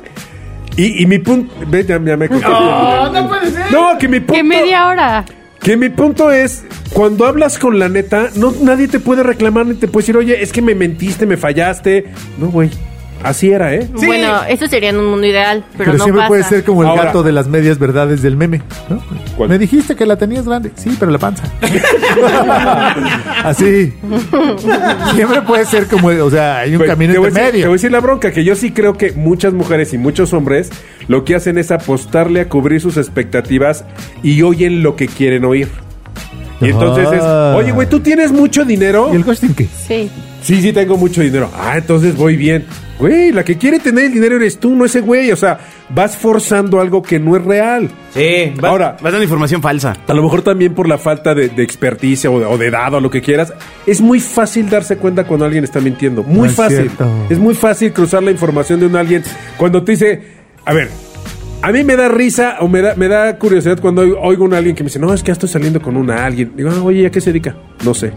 [SPEAKER 5] Y, y mi punto. Ve, ya, ya me no, no puede ser. No, que mi punto.
[SPEAKER 3] Que media hora.
[SPEAKER 5] Que mi punto es, cuando hablas con la neta, no, nadie te puede reclamar ni te puede decir, oye, es que me mentiste, me fallaste. No, güey. Así era, ¿eh?
[SPEAKER 2] Sí.
[SPEAKER 3] Bueno, eso sería en un mundo ideal, (laughs) pero,
[SPEAKER 4] Pero,
[SPEAKER 3] no
[SPEAKER 4] siempre
[SPEAKER 3] pasa.
[SPEAKER 4] puede ser como el
[SPEAKER 5] Ahora-
[SPEAKER 4] gato de las medias verdades del meme. ¿no?
[SPEAKER 5] ¿Cuál?
[SPEAKER 4] Me dijiste que la tenías grande. Sí, pero la panza. Así. Siempre puede ser como, el- o sea, hay un
[SPEAKER 5] Pues,
[SPEAKER 4] camino
[SPEAKER 5] te voy a
[SPEAKER 4] entre
[SPEAKER 5] decir- Te voy
[SPEAKER 4] medio.
[SPEAKER 5] a decir la bronca, que yo sí creo que muchas mujeres y muchos hombres lo que hacen es apostarle a cubrir sus expectativas y oyen lo que quieren oír. Y entonces es,
[SPEAKER 4] Ah.
[SPEAKER 5] oye, güey, ¿tú tienes mucho dinero?
[SPEAKER 4] ¿Y el ghosting qué?
[SPEAKER 3] Sí.
[SPEAKER 5] Sí, sí, tengo mucho dinero. Ah, entonces voy bien. Güey, la que quiere tener el dinero eres tú, no ese güey. O sea, vas forzando algo que no es real.
[SPEAKER 2] Sí, va-
[SPEAKER 5] Ahora-
[SPEAKER 2] Vas dando información falsa.
[SPEAKER 5] A lo mejor también por la falta de, de experticia o de, o de dado, lo que quieras. Es muy fácil darse cuenta cuando alguien está mintiendo. Muy
[SPEAKER 4] No es
[SPEAKER 5] fácil.
[SPEAKER 4] cierto.
[SPEAKER 5] Es muy fácil cruzar la información de un alguien. Cuando te dice, a ver, a mí me da risa o me da, me da curiosidad cuando oigo- oigo a un alguien que me dice, no, es que ya estoy saliendo con una alguien. Digo, ah, oye, ¿a qué se dedica? No sé.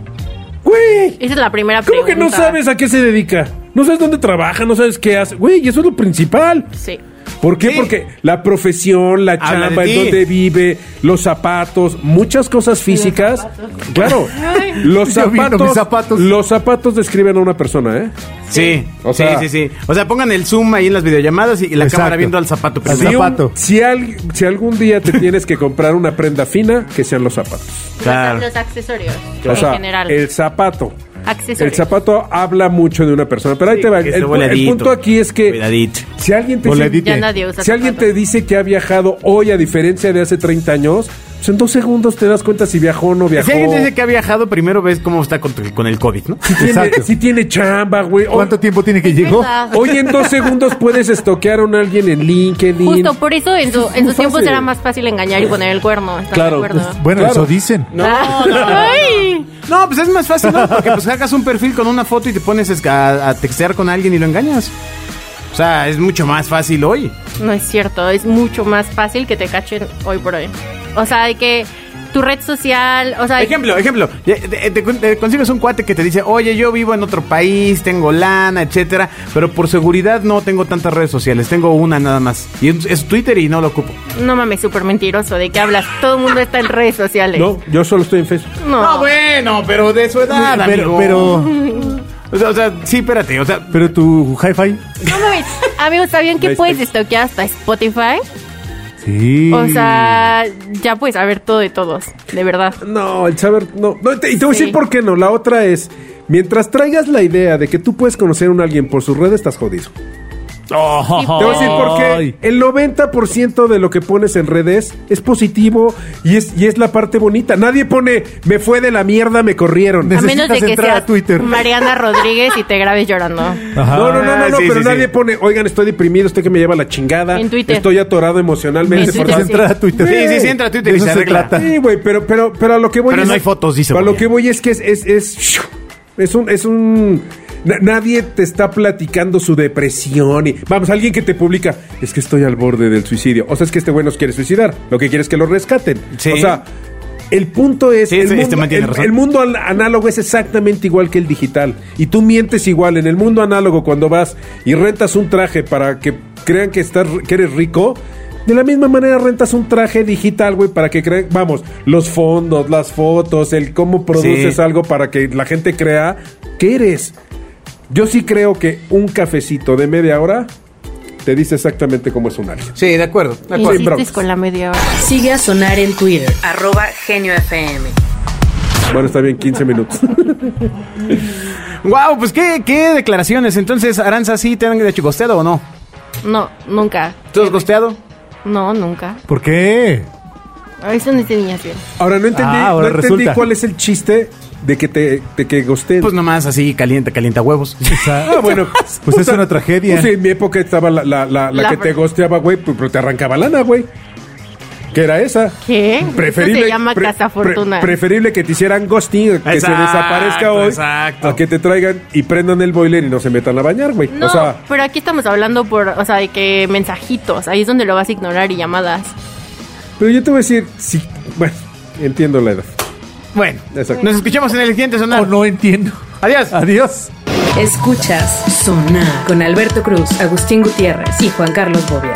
[SPEAKER 5] Güey,
[SPEAKER 3] Esa es la primera
[SPEAKER 5] ¿cómo
[SPEAKER 3] pregunta.
[SPEAKER 5] que no sabes a qué se dedica? No sabes dónde trabaja, no sabes qué hace. Güey, y eso es lo principal.
[SPEAKER 3] Sí.
[SPEAKER 5] ¿Por qué?
[SPEAKER 2] Sí.
[SPEAKER 5] Porque la profesión, la
[SPEAKER 2] Habla de
[SPEAKER 5] chamba, en
[SPEAKER 2] ti.
[SPEAKER 5] donde vive, los zapatos, muchas cosas físicas. claro,
[SPEAKER 2] (laughs)
[SPEAKER 5] los
[SPEAKER 4] Yo vino,
[SPEAKER 5] zapatos,
[SPEAKER 4] mis zapatos.
[SPEAKER 5] Los zapatos describen a una persona, ¿eh?
[SPEAKER 2] Sí,
[SPEAKER 5] O sea-
[SPEAKER 2] sí, sí, sí. O sea, pongan el zoom ahí en las videollamadas y y la
[SPEAKER 4] Exacto.
[SPEAKER 2] cámara viendo al zapato
[SPEAKER 4] Al
[SPEAKER 5] Si,
[SPEAKER 2] primero.
[SPEAKER 5] un-
[SPEAKER 4] zapato.
[SPEAKER 5] si, al- si algún día te tienes que comprar una prenda fina, que sean los zapatos.
[SPEAKER 3] Los-
[SPEAKER 2] Claro.
[SPEAKER 3] Los, accesorios
[SPEAKER 5] O sea,
[SPEAKER 3] en general.
[SPEAKER 5] el zapato.
[SPEAKER 3] Accesorios.
[SPEAKER 5] El zapato habla mucho de una persona. Pero ahí
[SPEAKER 2] Sí,
[SPEAKER 5] te va.
[SPEAKER 2] que
[SPEAKER 5] El,
[SPEAKER 2] esté
[SPEAKER 5] pu- el
[SPEAKER 2] voladito.
[SPEAKER 5] punto aquí es que
[SPEAKER 2] Cuidadito.
[SPEAKER 5] si alguien te
[SPEAKER 4] Voladito.
[SPEAKER 3] Ya nadie usa
[SPEAKER 5] Si alguien te
[SPEAKER 3] zapatos.
[SPEAKER 5] dice que ha viajado hoy a diferencia de hace 30 años, pues en dos segundos te das cuenta si viajó o no viajó.
[SPEAKER 2] Si alguien te dice que ha viajado, primero ves cómo está con, tu- con el COVID, ¿no?
[SPEAKER 5] Si tiene,
[SPEAKER 4] Exacto.
[SPEAKER 5] si tiene chamba, güey. Hoy-
[SPEAKER 4] ¿Cuánto tiempo tiene que llegó?
[SPEAKER 3] ¿Verdad?
[SPEAKER 5] Hoy en dos segundos puedes estoquear a un alguien en LinkedIn.
[SPEAKER 3] Justo por eso en, su- en
[SPEAKER 5] muy
[SPEAKER 3] sus tiempos
[SPEAKER 5] fácil.
[SPEAKER 3] era más fácil engañar y poner el cuerno. ¿estás
[SPEAKER 5] Claro.
[SPEAKER 3] De acuerdo?
[SPEAKER 4] Bueno,
[SPEAKER 5] Claro.
[SPEAKER 4] eso dicen.
[SPEAKER 3] No, Ay,
[SPEAKER 2] (laughs) No, pues es más fácil, (laughs) ¿no? Porque pues hagas un perfil con una foto y te pones esca- a, a textear con alguien y lo engañas. O sea, es mucho más fácil hoy.
[SPEAKER 3] no es cierto, es mucho más fácil que te cachen hoy por hoy. O sea, de que tu red social, o sea,
[SPEAKER 2] Ejemplo, ejemplo. ya, Te, te- te consigues un cuate que te dice, oye, yo vivo en otro país, tengo lana, etcétera, pero por seguridad no tengo tantas redes sociales, tengo una nada más. Y es, es Twitter y no lo ocupo.
[SPEAKER 3] no mames, súper mentiroso, ¿de qué hablas? Todo el mundo está en redes sociales.
[SPEAKER 5] No, yo solo estoy en Facebook.
[SPEAKER 3] No.
[SPEAKER 2] bueno, pero de su edad,
[SPEAKER 4] pero,
[SPEAKER 2] amigo.
[SPEAKER 4] pero,
[SPEAKER 2] O sea, o sea, sí, espérate, o sea,
[SPEAKER 4] pero tu hi-fi.
[SPEAKER 3] pues, No mames. Amigos, ¿sabían que
[SPEAKER 5] MySpace.
[SPEAKER 3] puedes estoquear hasta Spotify?
[SPEAKER 4] Sí.
[SPEAKER 3] O sea, ya puedes saber todo de todos, de verdad.
[SPEAKER 5] No, el saber. No, no te- y te voy a
[SPEAKER 3] Sí.
[SPEAKER 5] decir por qué no. La otra es: mientras traigas la idea de que tú puedes conocer a un alguien por sus redes, estás jodido. Te voy a decir por
[SPEAKER 4] Ay.
[SPEAKER 5] qué. El 90% de lo que pones en redes es positivo y es, y es la parte bonita. Nadie pone, me fue de la mierda, me corrieron.
[SPEAKER 3] A
[SPEAKER 4] Necesitas
[SPEAKER 3] menos de que
[SPEAKER 4] entrar a
[SPEAKER 3] seas
[SPEAKER 4] Twitter.
[SPEAKER 3] Mariana Rodríguez y te grabes llorando.
[SPEAKER 4] Ajá.
[SPEAKER 5] No, no, no, no, no,
[SPEAKER 2] Ah, sí,
[SPEAKER 5] pero
[SPEAKER 2] sí,
[SPEAKER 5] nadie
[SPEAKER 2] sí.
[SPEAKER 5] pone, oigan, estoy deprimido, estoy que me lleva la chingada.
[SPEAKER 3] En Twitter.
[SPEAKER 5] Estoy atorado emocionalmente.
[SPEAKER 3] En
[SPEAKER 5] por
[SPEAKER 3] Twitter,
[SPEAKER 5] tanto".
[SPEAKER 3] sí.
[SPEAKER 4] entrar a Twitter.
[SPEAKER 2] Sí, sí, sí, entra a Twitter y
[SPEAKER 4] De eso
[SPEAKER 2] se
[SPEAKER 4] se
[SPEAKER 2] arregla.
[SPEAKER 4] trata.
[SPEAKER 5] Sí, güey, pero, pero, pero a lo que voy
[SPEAKER 2] Pero
[SPEAKER 5] es.
[SPEAKER 2] no hay fotos, dice,
[SPEAKER 5] A lo
[SPEAKER 2] güey.
[SPEAKER 5] que voy es que es. Es, es, es un. Es un na- Nadie te está platicando su depresión y vamos, alguien que te publica, es que estoy al borde del suicidio. O sea, es que este güey nos quiere suicidar. Lo que quiere es que lo rescaten.
[SPEAKER 2] Sí.
[SPEAKER 5] O sea, El punto es,
[SPEAKER 2] Sí,
[SPEAKER 5] el,
[SPEAKER 2] sí, este
[SPEAKER 5] mundo,
[SPEAKER 2] man tiene
[SPEAKER 5] el-
[SPEAKER 2] razón.
[SPEAKER 5] el mundo an- análogo es exactamente igual que el digital. Y tú mientes igual. En el mundo análogo, cuando vas y rentas un traje para que crean que, estás, que eres rico, de la misma manera rentas un traje digital, güey, para que crean, vamos, los fondos, las fotos, el cómo produces
[SPEAKER 2] Sí.
[SPEAKER 5] algo para que la gente crea que eres. Yo sí creo que un cafecito de media hora te dice exactamente cómo es un alien.
[SPEAKER 2] Sí, de acuerdo. De acuerdo.
[SPEAKER 5] Sin broncas.
[SPEAKER 3] Insistes con la media hora.
[SPEAKER 1] Sigue a Sonar en Twitter, arroba Genio FM.
[SPEAKER 5] Bueno, está bien,
[SPEAKER 4] (laughs)
[SPEAKER 5] 15 minutos.
[SPEAKER 2] Wow, pues qué, qué declaraciones. Entonces, Aranza, ¿sí te han hecho gosteado o no?
[SPEAKER 3] No, nunca.
[SPEAKER 2] ¿Tú has gosteado?
[SPEAKER 3] No, nunca.
[SPEAKER 4] ¿Por qué?
[SPEAKER 3] A veces no niñas bien.
[SPEAKER 5] Ahora no entendí,
[SPEAKER 4] Ah, ahora
[SPEAKER 5] no entendí
[SPEAKER 4] resulta.
[SPEAKER 5] cuál es el chiste de que te de que gosteen.
[SPEAKER 2] Pues nomás así, calienta, calienta huevos.
[SPEAKER 3] (laughs)
[SPEAKER 5] (laughs) Ah, bueno.
[SPEAKER 4] Pues es
[SPEAKER 5] Puta,
[SPEAKER 4] una tragedia.
[SPEAKER 5] pues en mi época estaba la, la- la- la
[SPEAKER 3] La
[SPEAKER 5] que
[SPEAKER 3] pre-
[SPEAKER 5] te gosteaba, güey, pues, pero te arrancaba lana, güey. ¿Qué era esa?
[SPEAKER 3] ¿Qué?
[SPEAKER 5] Preferible,
[SPEAKER 3] Eso se llama
[SPEAKER 5] pre-
[SPEAKER 3] cazafortuna.
[SPEAKER 5] pre- preferible que te hicieran ghosting, que
[SPEAKER 2] Exacto,
[SPEAKER 5] se desaparezca hoy,
[SPEAKER 2] exacto.
[SPEAKER 5] a que te traigan y prendan el boiler y no se metan a bañar, güey.
[SPEAKER 3] no,
[SPEAKER 5] O sea,
[SPEAKER 3] pero aquí estamos hablando por, o sea, de que mensajitos. Ahí es donde lo vas a ignorar y llamadas.
[SPEAKER 5] pero yo te voy a decir, sí, bueno, entiendo la edad.
[SPEAKER 2] bueno,
[SPEAKER 5] Exacto.
[SPEAKER 2] nos escuchamos en el siguiente
[SPEAKER 4] O
[SPEAKER 2] sonar.
[SPEAKER 4] no entiendo.
[SPEAKER 2] Adiós.
[SPEAKER 4] Adiós.
[SPEAKER 1] Escuchas Sonar con Alberto Cruz, Agustín Gutiérrez y Juan Carlos Bobia.